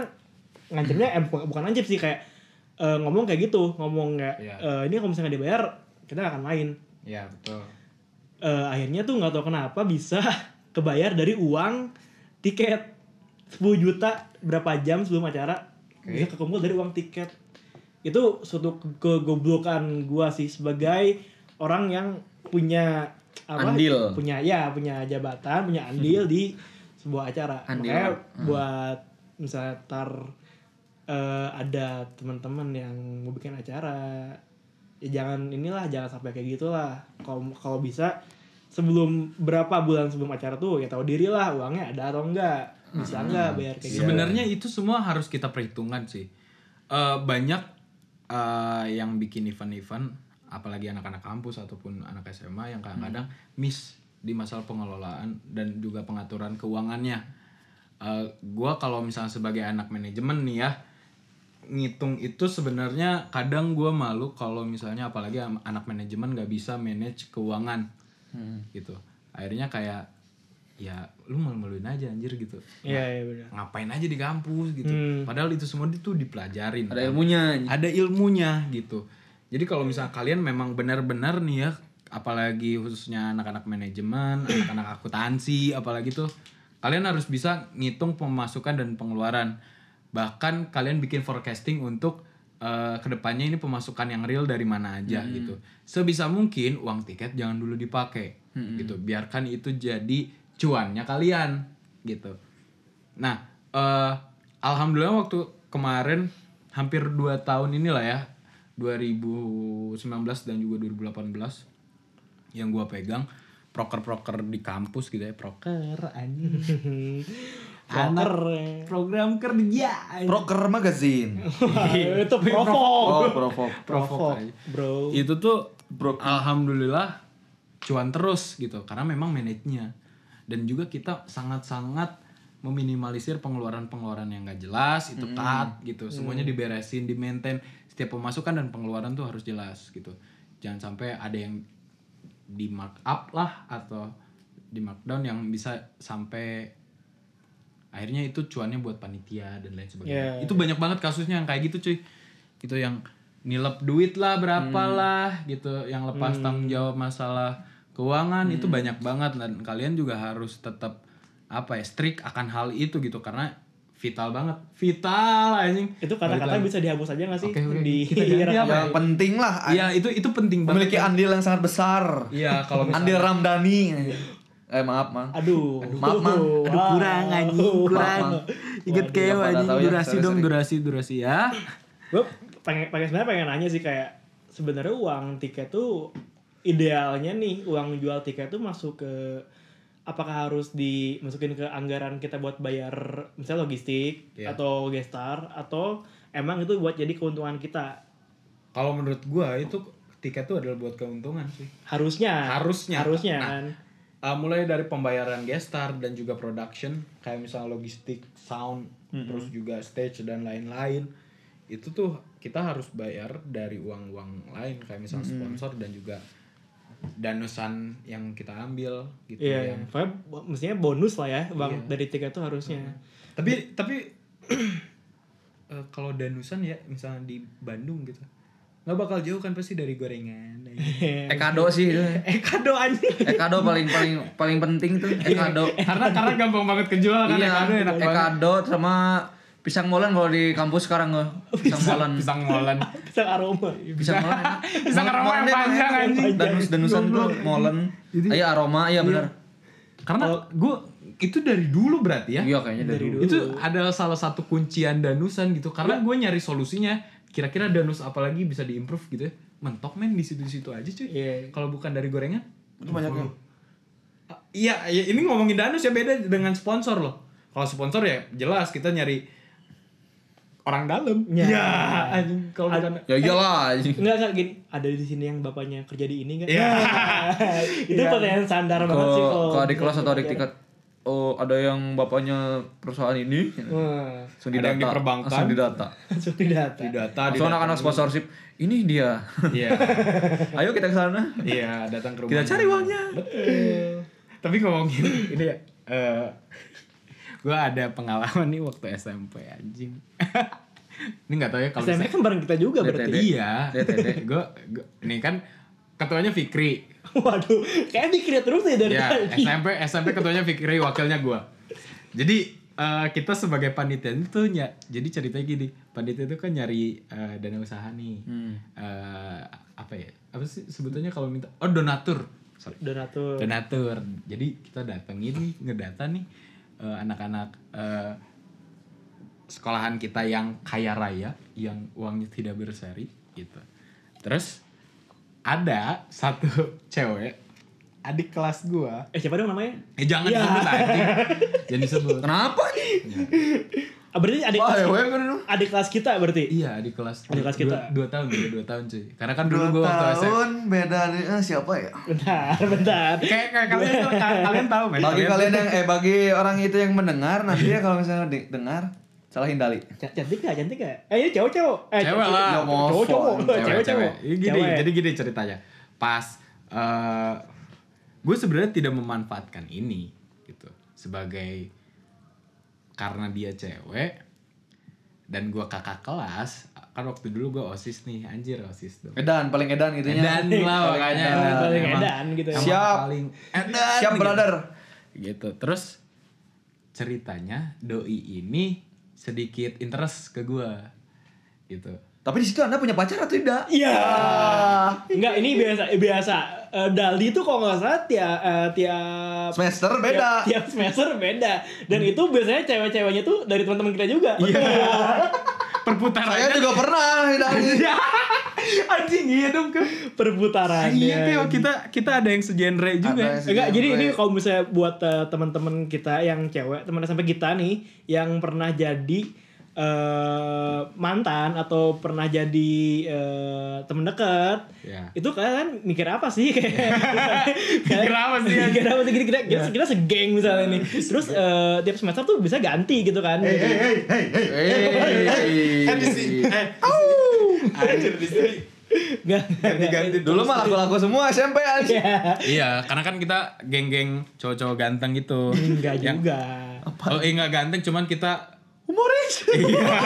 Speaker 4: ngancemnya eh, bu- bukan ngancem sih kayak eh, ngomong kayak gitu ngomong kayak
Speaker 1: Iya.
Speaker 4: eh, ini kalau misalnya nggak dibayar kita nggak akan main
Speaker 1: Iya, betul.
Speaker 4: Eh, akhirnya tuh nggak tahu kenapa bisa kebayar dari uang tiket 10 juta berapa jam sebelum acara bisa kekumpul dari uang tiket itu suatu ke- kegoblokan gua sih sebagai orang yang punya apa
Speaker 2: Andil.
Speaker 4: punya ya punya jabatan punya andil di sebuah acara
Speaker 2: Andil.
Speaker 4: makanya
Speaker 1: Hmm.
Speaker 4: buat misalnya tar eh, ada teman-teman yang mau bikin acara ya jangan inilah jangan sampai kayak gitulah kalau kalau bisa sebelum berapa bulan sebelum acara tuh ya tahu diri lah uangnya ada atau enggak bisa
Speaker 1: Hmm.
Speaker 4: enggak bayar kayak gitu
Speaker 1: Sebenarnya itu semua harus kita perhitungkan sih. Eh, banyak eh, yang bikin event-event, apalagi anak-anak kampus ataupun anak SMA yang kadang-kadang miss di masalah pengelolaan dan juga pengaturan keuangannya. Eh, gua kalau misalnya sebagai anak manajemen nih ya, ngitung itu sebenarnya kadang gua malu kalau misalnya apalagi am- anak manajemen nggak bisa manage keuangan
Speaker 2: Mm. Hmm.
Speaker 1: gitu. Akhirnya kayak ya lu malu-maluin aja anjir gitu
Speaker 4: Iya, iya benar.
Speaker 1: ngapain aja di kampus gitu.
Speaker 4: Hmm.
Speaker 1: Padahal itu semua itu dipelajarin. kan.
Speaker 2: Ada ilmunya. anjing.
Speaker 1: Ada ilmunya gitu. Jadi kalau misalnya kalian memang benar-benar nih ya, apalagi khususnya anak-anak manajemen, anak-anak akuntansi, apalagi tuh kalian harus bisa ngitung pemasukan dan pengeluaran. Bahkan kalian bikin forecasting untuk eh, kedepannya ini pemasukan yang real dari mana aja
Speaker 2: Hmm.
Speaker 1: gitu. Sebisa mungkin uang tiket jangan dulu dipakai
Speaker 2: Hmm.
Speaker 1: gitu. Biarkan itu jadi cuannya kalian gitu. Nah, eh alhamdulillah waktu kemarin hampir 2 tahun inilah ya, 2019 dan juga 2018 yang gua pegang proker-proker di kampus gitu ya, proker anjing.
Speaker 4: Proker.
Speaker 1: Program kerja. anjing.
Speaker 2: Proker magazine.
Speaker 1: Iya.
Speaker 4: itu provok.
Speaker 2: Oh, provok.
Speaker 4: Provok, bro.
Speaker 1: Itu tuh alhamdulillah cuan terus gitu karena memang manajenya dan juga kita sangat-sangat meminimalisir pengeluaran-pengeluaran yang gak jelas itu cut gitu semuanya diberesin di maintain setiap pemasukan dan pengeluaran tuh harus jelas gitu jangan sampai ada yang di markup lah atau di markdown yang bisa sampai akhirnya itu cuannya buat panitia dan lain sebagainya
Speaker 4: Yeah.
Speaker 1: Iya. itu banyak banget kasusnya yang kayak gitu cuy itu yang nilep duit lah berapa lah gitu yang lepas tanggung jawab masalah keuangan itu banyak banget dan kalian juga harus tetap apa ya strict akan hal itu gitu karena vital banget vital anjing
Speaker 4: Itu
Speaker 1: Balik
Speaker 4: kata-kata
Speaker 1: lagi.
Speaker 4: bisa dihapus aja gak sih?
Speaker 1: Oke, oke.
Speaker 4: Di
Speaker 1: Kita ganti
Speaker 4: Iya,
Speaker 1: apa
Speaker 2: Yang penting lah. an-
Speaker 1: iya itu itu penting banget
Speaker 2: Memiliki andil yang sangat besar.
Speaker 1: iya kalau misalnya
Speaker 2: Andil Ramdhani. Eh maaf, Mang.
Speaker 4: Aduh.
Speaker 2: Maaf, Mang. Aduh,
Speaker 4: Wow.
Speaker 1: kurang anjing kurang
Speaker 2: Mang.
Speaker 1: inget kayak
Speaker 2: Waduh, nggak pada
Speaker 1: anjing
Speaker 2: tahu ya,
Speaker 1: durasi dong
Speaker 2: sorry, sorry.
Speaker 1: durasi durasi ya
Speaker 4: Gue pengen, pengen sebenarnya pengen nanya sih kayak sebenarnya uang tiket tuh idealnya nih uang jual tiket tuh masuk ke apakah harus dimasukin ke anggaran kita buat bayar misalnya logistik
Speaker 1: Iya.
Speaker 4: atau gestar atau emang itu buat jadi keuntungan kita
Speaker 1: kalau menurut gua itu tiket tuh adalah buat keuntungan sih
Speaker 4: harusnya
Speaker 1: Harusnya.
Speaker 4: harusnya
Speaker 1: Nah.
Speaker 4: kan
Speaker 1: Uh, mulai dari pembayaran gestar dan juga production kayak misalnya logistik sound terus juga stage dan lain-lain itu tuh kita harus bayar dari uang-uang lain kayak misalnya sponsor dan juga danusan yang kita ambil gitu Iya.
Speaker 4: Iya,
Speaker 1: yang
Speaker 4: iya. Pokoknya bo- mestinya bonus lah ya, bang dari tiket tuh harusnya.
Speaker 1: tapi tapi eh, kalau danusan ya misalnya di Bandung gitu nggak bakal jauh kan pasti dari gorengan ya. Iya.
Speaker 2: Ekado sih itu.
Speaker 4: eh kado anjing.
Speaker 2: Ekado paling paling paling penting tuh Ekado.
Speaker 1: karena karena gampang banget kejual kan
Speaker 2: Iya,
Speaker 1: Ekado Iya. enak banget
Speaker 2: Ekado sama pisang molen kalau di kampus sekarang loh. Pisang molen.
Speaker 1: pisang molen
Speaker 4: Pisang aroma.
Speaker 1: Iya.
Speaker 2: Pisang molen. enak.
Speaker 1: Pisang
Speaker 2: Molen-
Speaker 1: aroma yang
Speaker 2: molen deh,
Speaker 1: panjang,
Speaker 2: molen.
Speaker 1: anjing.
Speaker 2: Danus danusan tuh molen. Iya aroma, iya benar.
Speaker 1: karena gue itu dari dulu berarti ya
Speaker 2: Oh. Iya kayaknya dari
Speaker 4: Dari
Speaker 2: dulu. Iya.
Speaker 4: dulu.
Speaker 1: itu adalah salah satu kuncian danusan gitu karena gue nyari solusinya kira-kira danus apalagi bisa diimprove gitu ya mentok men di situ-situ aja cuy
Speaker 4: Iya.
Speaker 1: kalau bukan dari gorengan
Speaker 5: Itu banyak yang
Speaker 1: Ah, iya ya, ini ngomongin danus ya beda dengan sponsor loh kalau sponsor ya jelas kita nyari orang dalam
Speaker 2: Iya.
Speaker 1: Iya,
Speaker 4: Ya.
Speaker 1: anjing kalau bukan
Speaker 2: Ya iyalah. anjing.
Speaker 4: Enggak enggak gini, ada di sini yang bapaknya kerja di ini enggak?
Speaker 1: Iya.
Speaker 4: itu pertanyaan standar
Speaker 2: Ke
Speaker 4: banget sih kalau Iya.
Speaker 2: kalau di kelas atau di tiket. oh, ada yang bapaknya perusahaan ini
Speaker 4: Wah,
Speaker 2: langsung didata
Speaker 1: yang di perbankan.
Speaker 2: langsung didata
Speaker 4: sudah data.
Speaker 1: di data di
Speaker 2: langsung anak-anak sponsorship ini dia
Speaker 1: iya
Speaker 2: ayo kita ke sana
Speaker 1: iya datang ke rumah
Speaker 2: kita cari uangnya
Speaker 1: tapi ngomongin ini ya eh gue ada pengalaman nih waktu SMP anjing ini nggak tahu ya kalau
Speaker 4: SMA kan bareng kita juga
Speaker 1: bisa-
Speaker 4: berarti.
Speaker 1: iya
Speaker 2: Dede.
Speaker 1: gue ini kan ketuanya Fikri
Speaker 4: Waduh, kayak dikira terus ya dari
Speaker 1: ya
Speaker 2: Iya,
Speaker 4: tadi.
Speaker 1: SMP SMP ketuanya Fikri wakilnya gue jadi eh, kita sebagai panitia itu ya jadi ceritanya gini panitia itu kan nyari eh, dana usaha nih
Speaker 4: Hmm.
Speaker 1: Eh, apa ya apa sih sebutannya kalau minta oh donatur sorry
Speaker 4: Donatur.
Speaker 1: donatur. Jadi kita datengin nih, ngedata nih eh, anak-anak eh, sekolahan kita yang kaya raya, yang uangnya tidak berseri gitu. Terus ada satu cewek adik kelas gua.
Speaker 4: Eh siapa dong namanya?
Speaker 1: Eh jangan
Speaker 4: Ya.
Speaker 1: disebut anjing. Jangan disebut.
Speaker 2: kenapa nih
Speaker 4: Ah, berarti adik
Speaker 2: Wah,
Speaker 4: kelas,
Speaker 2: ya,
Speaker 4: kita,
Speaker 2: weh, kan dulu.
Speaker 4: adik kelas kita berarti.
Speaker 1: Iya, adik kelas.
Speaker 4: Adik kelas kita.
Speaker 1: Dua, dua tahun, beda dua tahun cuy. Karena kan dulu
Speaker 5: Dua
Speaker 1: gua waktu SMP.
Speaker 5: tahun beda nih, eh, siapa ya?
Speaker 4: Bentar, bentar.
Speaker 1: Kayak, kayak kalian tuh, ka- kalian tahu men.
Speaker 5: Bagi kalian yang eh bagi orang itu yang mendengar nanti ya kalau misalnya di- dengar salahin Dali.
Speaker 4: Ca- Cantik gak? Cantik gak? Eh ini cowok-cowok. Eh,
Speaker 1: Cewek lah.
Speaker 4: Cowok-cowok.
Speaker 1: cewek-cewek.
Speaker 4: Cewek-cewek.
Speaker 1: Ini Iya, Gini,
Speaker 4: Cewek.
Speaker 1: jadi gini ceritanya. Pas eh gue sebenarnya tidak memanfaatkan ini gitu sebagai karena dia cewek dan gue kakak kelas kan waktu dulu gue osis nih anjir osis dong
Speaker 5: Edan paling edan gitu ya.
Speaker 1: edan lah makanya edan,
Speaker 4: Paling
Speaker 1: emang-
Speaker 4: edan gitu ya.
Speaker 1: emang
Speaker 5: Siap.
Speaker 1: paling edan
Speaker 5: Siap
Speaker 1: gitu.
Speaker 5: brother.
Speaker 1: gitu terus ceritanya doi ini sedikit interest ke gue gitu
Speaker 5: Tapi di situ Anda punya pacar atau tidak? Ah,
Speaker 4: Iya. Enggak, ini biasa biasa. Eh, Dali tuh kalau nggak salah tiap eh, tiap
Speaker 5: Semester beda.
Speaker 4: Tiap, tiap semester beda. Dan itu biasanya cewek-ceweknya tuh dari teman-teman kita juga. Iya.
Speaker 1: perputaran
Speaker 5: Saya juga pernah iya. Dali.
Speaker 1: anjing iya dong ke
Speaker 4: Perputarannya.
Speaker 1: iya Teo kita kita ada yang segenre
Speaker 5: Ada
Speaker 1: juga ya.
Speaker 5: yang se-
Speaker 4: Enggak, jadi
Speaker 5: Gue-
Speaker 4: ini kalau misalnya buat eh, teman-teman kita yang cewek, teman sampai kita nih yang pernah jadi eh, mantan atau pernah jadi eh, temen dekat,
Speaker 1: Ya.
Speaker 4: itu kalian mikir apa sih kayak mikir
Speaker 1: apa sih? Ya.
Speaker 4: mikir apa sih kita kita, kita, kita segeng misalnya nih terus eh, tiap semester tuh bisa ganti gitu kan nggak
Speaker 5: Diganti dulu mah laku-laku semua SMP anjing.
Speaker 1: iya karena kan kita geng-geng cowok-cowok ganteng gitu
Speaker 4: nggak juga
Speaker 1: oh iya nggak ganteng cuman kita humoris iya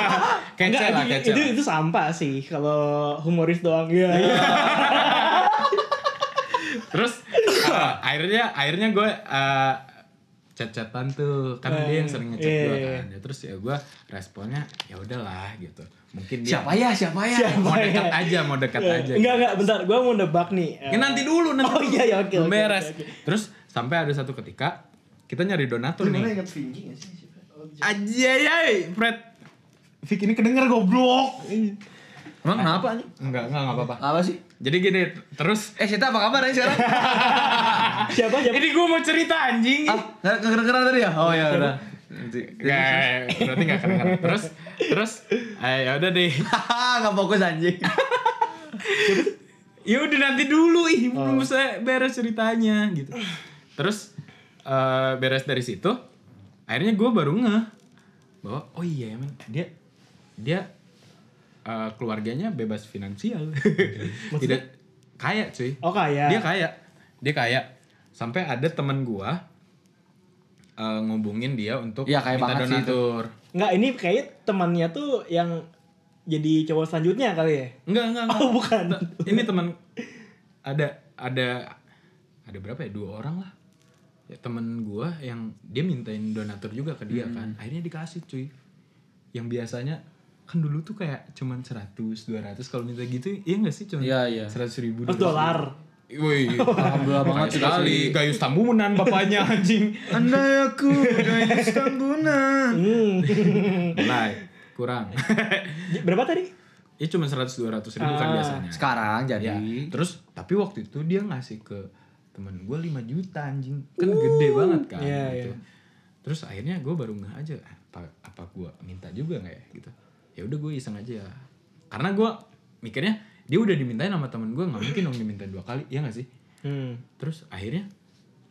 Speaker 1: kece
Speaker 4: Enggak,
Speaker 1: lah
Speaker 4: itu,
Speaker 1: kece
Speaker 4: itu,
Speaker 1: lah. Iya.
Speaker 4: itu sampah sih kalau humoris doang ya.
Speaker 1: terus eh, akhirnya akhirnya gue eh, chat-chatan tuh karena dia yang sering ngechat gue
Speaker 4: iya.
Speaker 1: kan Ya, terus ya gue responnya ya udahlah gitu mungkin dia
Speaker 5: Siapa ya? Siapa ya?
Speaker 1: mau dekat aja mau Iya. dekat aja
Speaker 4: Iya.
Speaker 1: gitu.
Speaker 4: Enggak enggak bentar, gua mau nebak nih. Eh,
Speaker 1: Ya, nanti dulu nanti
Speaker 4: Oh,
Speaker 1: dulu.
Speaker 4: iya, iya, oke,
Speaker 1: Belum
Speaker 4: oke,
Speaker 1: beres.
Speaker 4: oke, oke.
Speaker 1: Terus sampai ada satu ketika kita nyari donatur nih.
Speaker 5: ingat Vinci sih?
Speaker 1: Aja ya, Fred.
Speaker 7: Vick ini kedenger goblok.
Speaker 2: emang kenapa nih
Speaker 1: Enggak, enggak enggak apa-apa.
Speaker 5: Apa sih?
Speaker 1: Jadi gini, terus
Speaker 5: Eh, Sita apa kabar nih sekarang?
Speaker 4: Ah, Siapa siapa?
Speaker 1: ini gue mau cerita anjing.
Speaker 4: Iya.
Speaker 5: Ah, nggak kedengeran tadi ya? Oh ya udah.
Speaker 1: Enggak, eh, berarti enggak kedengar. Terus terus eh ya udah deh.
Speaker 5: Hahaha, nggak fokus anjing.
Speaker 1: ya udah nanti dulu ih
Speaker 4: Oh.
Speaker 1: belum saya beres ceritanya gitu terus eh, beres dari situ akhirnya gue baru ngeh bahwa oh iya emang dia dia eh, keluarganya bebas finansial tidak kaya cuy
Speaker 4: Oh kaya.
Speaker 1: dia kaya dia kaya sampai ada teman gue eh, ngubungin dia untuk
Speaker 2: Iya, kaya
Speaker 1: minta
Speaker 2: banget sih itu.
Speaker 1: donatur
Speaker 4: Enggak, ini kayak temannya tuh yang jadi cowok selanjutnya kali ya.
Speaker 1: Enggak, enggak, enggak.
Speaker 4: Oh, bukan.
Speaker 1: Ini teman ada ada ada berapa ya? Dua orang lah. Ya, temen gua yang dia mintain donatur juga ke
Speaker 4: Hmm.
Speaker 1: dia kan. Akhirnya dikasih, cuy. Yang biasanya kan dulu tuh kayak cuman 100, 200 kalau minta gitu, iya enggak sih cuman
Speaker 2: Iya, iya.
Speaker 1: 100 ribu
Speaker 4: Terus Oh, dolar.
Speaker 1: Woi, alhamdulillah banget sekali. Gayus Tambunan bapaknya anjing.
Speaker 5: Andai aku dari Istanbul.
Speaker 4: Hmm.
Speaker 1: Mulai kurang.
Speaker 4: Berapa tadi?
Speaker 1: Ya cuma 100 200 ribu
Speaker 4: Ah,
Speaker 1: kan biasanya.
Speaker 2: sekarang jadi
Speaker 1: Ya,
Speaker 4: Iya.
Speaker 1: terus tapi waktu itu dia ngasih ke temen gue 5 juta anjing kan gede banget kan
Speaker 4: Iya,
Speaker 1: gitu. terus akhirnya gue baru ngeh aja apa apa gue minta juga nggak ya gitu ya udah gue iseng aja karena gue mikirnya dia udah dimintain sama temen gue nggak mungkin dong dimintain dua kali ya nggak sih
Speaker 4: Hmm.
Speaker 1: terus akhirnya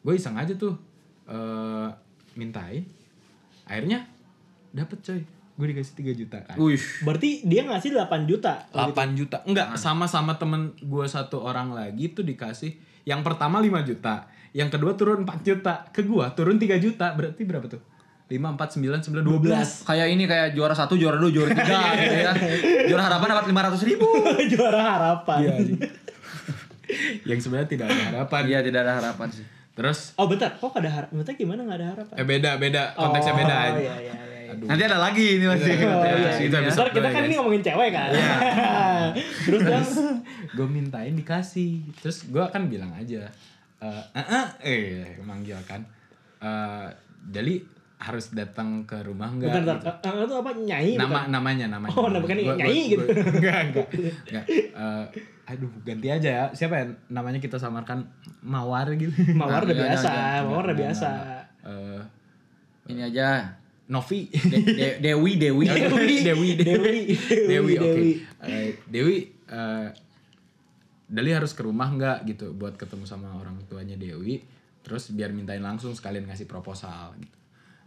Speaker 1: gue iseng aja tuh eh, mintain akhirnya dapet coy gue dikasih 3 juta kan
Speaker 2: Wih,
Speaker 4: Berarti dia ngasih 8 juta.
Speaker 1: 8 juta enggak
Speaker 4: Nah.
Speaker 1: sama-sama temen gue satu orang lagi tuh dikasih yang pertama 5 juta yang kedua turun 4 juta ke gue turun 3 juta berarti berapa tuh 5, 4, 9, 9, 12
Speaker 2: kayak ini kayak juara satu, juara dua, juara tiga gitu ya. Juara harapan dapat lima ratus ribu.
Speaker 4: Juara harapan.
Speaker 1: Iya, yang sebenarnya tidak ada harapan
Speaker 2: Iya tidak ada harapan sih.
Speaker 1: terus
Speaker 4: Oh bentar, kok ada harapan? Bentar gimana gak ada harapan?
Speaker 1: eh beda beda konteksnya beda
Speaker 4: Oh,
Speaker 1: aja
Speaker 4: iya, iya, iya.
Speaker 2: Nanti ada lagi ini
Speaker 4: Oh,
Speaker 2: masih.
Speaker 4: iya,
Speaker 1: Ya,
Speaker 4: iya.
Speaker 1: itu episode
Speaker 4: Ntar kita
Speaker 1: dua, guys.
Speaker 4: kan
Speaker 1: Iya.
Speaker 4: ini ngomongin cewek kan. Terus dong.
Speaker 1: gue mintain dikasih terus gue kan bilang aja eh eh, eh manggil kan Eh, jadi harus datang ke rumah enggak
Speaker 4: Bentar, bentar.
Speaker 1: gitu.
Speaker 4: Eh, eh, Itu apa? Nyanyi
Speaker 1: nama
Speaker 4: bukan?
Speaker 1: namanya namanya
Speaker 4: Oh, nama kan
Speaker 1: Gua-
Speaker 4: nyanyi
Speaker 1: gua-
Speaker 4: gitu.
Speaker 1: gua- enggak enggak enggak Eh, aduh ganti aja ya siapa ya namanya kita samarkan mawar gitu
Speaker 4: Mawar udah
Speaker 2: Iya, iya,
Speaker 4: biasa.
Speaker 2: iya.
Speaker 4: Mawar udah
Speaker 1: Nah,
Speaker 4: biasa.
Speaker 1: nah, nah. Eh,
Speaker 2: Ini aja.
Speaker 1: Novi
Speaker 2: De- De- Dewi, Dewi.
Speaker 4: Iya,
Speaker 1: Dewi Dewi Dewi Dewi
Speaker 4: Dewi,
Speaker 1: oke
Speaker 4: Dewi.
Speaker 1: Eh, Dewi eh, Dali harus ke rumah nggak gitu buat ketemu sama orang tuanya Dewi terus biar mintain langsung sekalian ngasih proposal gitu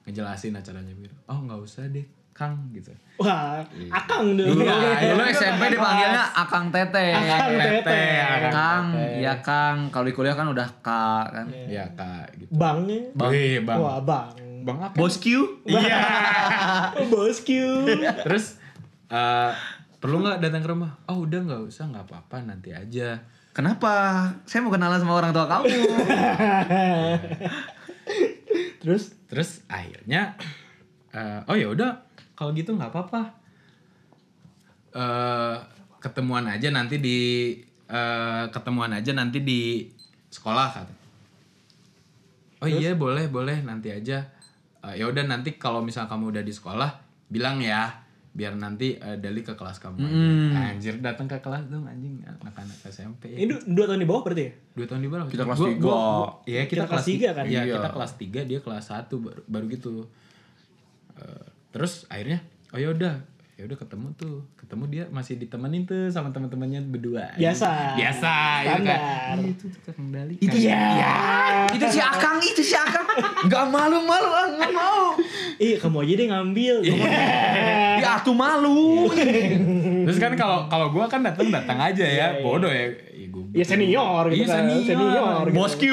Speaker 1: ngejelasin acaranya gitu oh nggak usah deh Kang gitu
Speaker 4: Wah, akang dong.
Speaker 2: Dulu,
Speaker 1: Iya,
Speaker 2: Nah, dulu
Speaker 1: iya.
Speaker 2: SMP dipanggilnya Akang Teteh.
Speaker 4: Akang Tete.
Speaker 2: Kang, iya Kang. Kalau di kuliah kan udah Kak kan.
Speaker 1: ya
Speaker 4: Iya.
Speaker 1: kak gitu
Speaker 4: Bangnya.
Speaker 1: bang Wih, bang
Speaker 4: Wah, bang. Oh,
Speaker 1: bang apa
Speaker 2: Bos Q.
Speaker 4: Iya. Bos Q.
Speaker 1: terus eh, perlu nggak datang ke rumah oh udah nggak usah nggak apa-apa nanti aja
Speaker 2: Kenapa? Saya mau kenalan sama orang tua kamu.
Speaker 4: Terus
Speaker 1: terus akhirnya eh, oh ya udah kalau gitu nggak apa-apa Eh, ketemuan aja nanti di eh, ketemuan aja nanti di sekolah kata oh iya boleh boleh nanti aja Eh, ya udah nanti kalau misal kamu udah di sekolah bilang ya biar nanti eh, Dali ke kelas kamu aja. anjir datang ke kelas dong anjing anak-anak SMP
Speaker 4: ini du- dua tahun di bawah berarti ya?
Speaker 1: dua tahun di bawah
Speaker 2: Kita kelas tiga.
Speaker 1: Iya kita,
Speaker 4: Kita kelas
Speaker 1: kelas
Speaker 4: tiga
Speaker 1: tiga
Speaker 4: kan?
Speaker 1: Iya kita kelas tiga dia kelas satu baru, baru gitu. Eh, terus akhirnya oh ya udah ya udah ketemu tuh ketemu dia masih ditemenin tuh sama teman-temannya berdua
Speaker 4: Biasa.
Speaker 1: biasa ya
Speaker 4: Standar.
Speaker 1: kan Ih, itu Iya. tuh kendali
Speaker 2: itu ya.
Speaker 4: Iya.
Speaker 2: Itu si Akang, itu si Akang. Gak malu-malu, ah, nggak mau.
Speaker 4: Ih, kamu aja deh ngambil.
Speaker 1: Iya.
Speaker 4: Iya.
Speaker 2: Ya atuh malu.
Speaker 1: terus kan kalau kalau gue kan datang datang aja ya bodoh ya ya, gua,
Speaker 4: Iya, Ya senior gitu
Speaker 1: Iya,
Speaker 4: kan.
Speaker 1: senior.
Speaker 4: gitu.
Speaker 2: Bos Q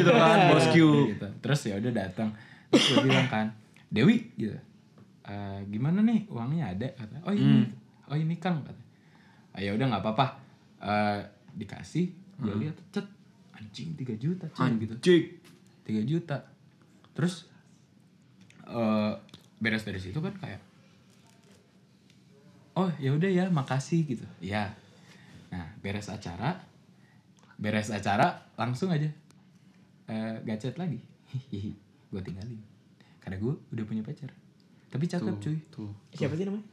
Speaker 2: gitu kan, Bos Q.
Speaker 1: gitu. Terus ya udah datang. Terus gue bilang kan, Dewi gitu. "Eh, gimana nih uangnya ada kata. Oh ini, oh ini Kang kata. "Ah, ya udah nggak apa-apa. Eh, dikasih, gue lihat cet anjing 3 juta cuy gitu. 3 juta. Terus eh beres dari situ kan kayak oh ya udah ya makasih gitu ya nah beres acara beres acara langsung aja eh gak chat lagi gue tinggalin karena gue udah punya pacar tapi cakep cuy
Speaker 4: Siapa sih namanya?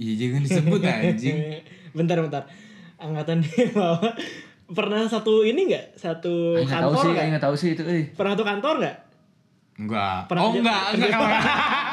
Speaker 1: iya jangan disebut anjing
Speaker 4: bentar bentar angkatan dia bawa pernah satu ini nggak satu
Speaker 2: Enggak tahu
Speaker 4: kantor
Speaker 2: sih,
Speaker 4: nggak
Speaker 2: enggak tahu sih itu. Eh.
Speaker 4: pernah satu kantor nggak
Speaker 1: enggak
Speaker 4: Pernah
Speaker 1: oh
Speaker 4: kerja-
Speaker 1: enggak enggak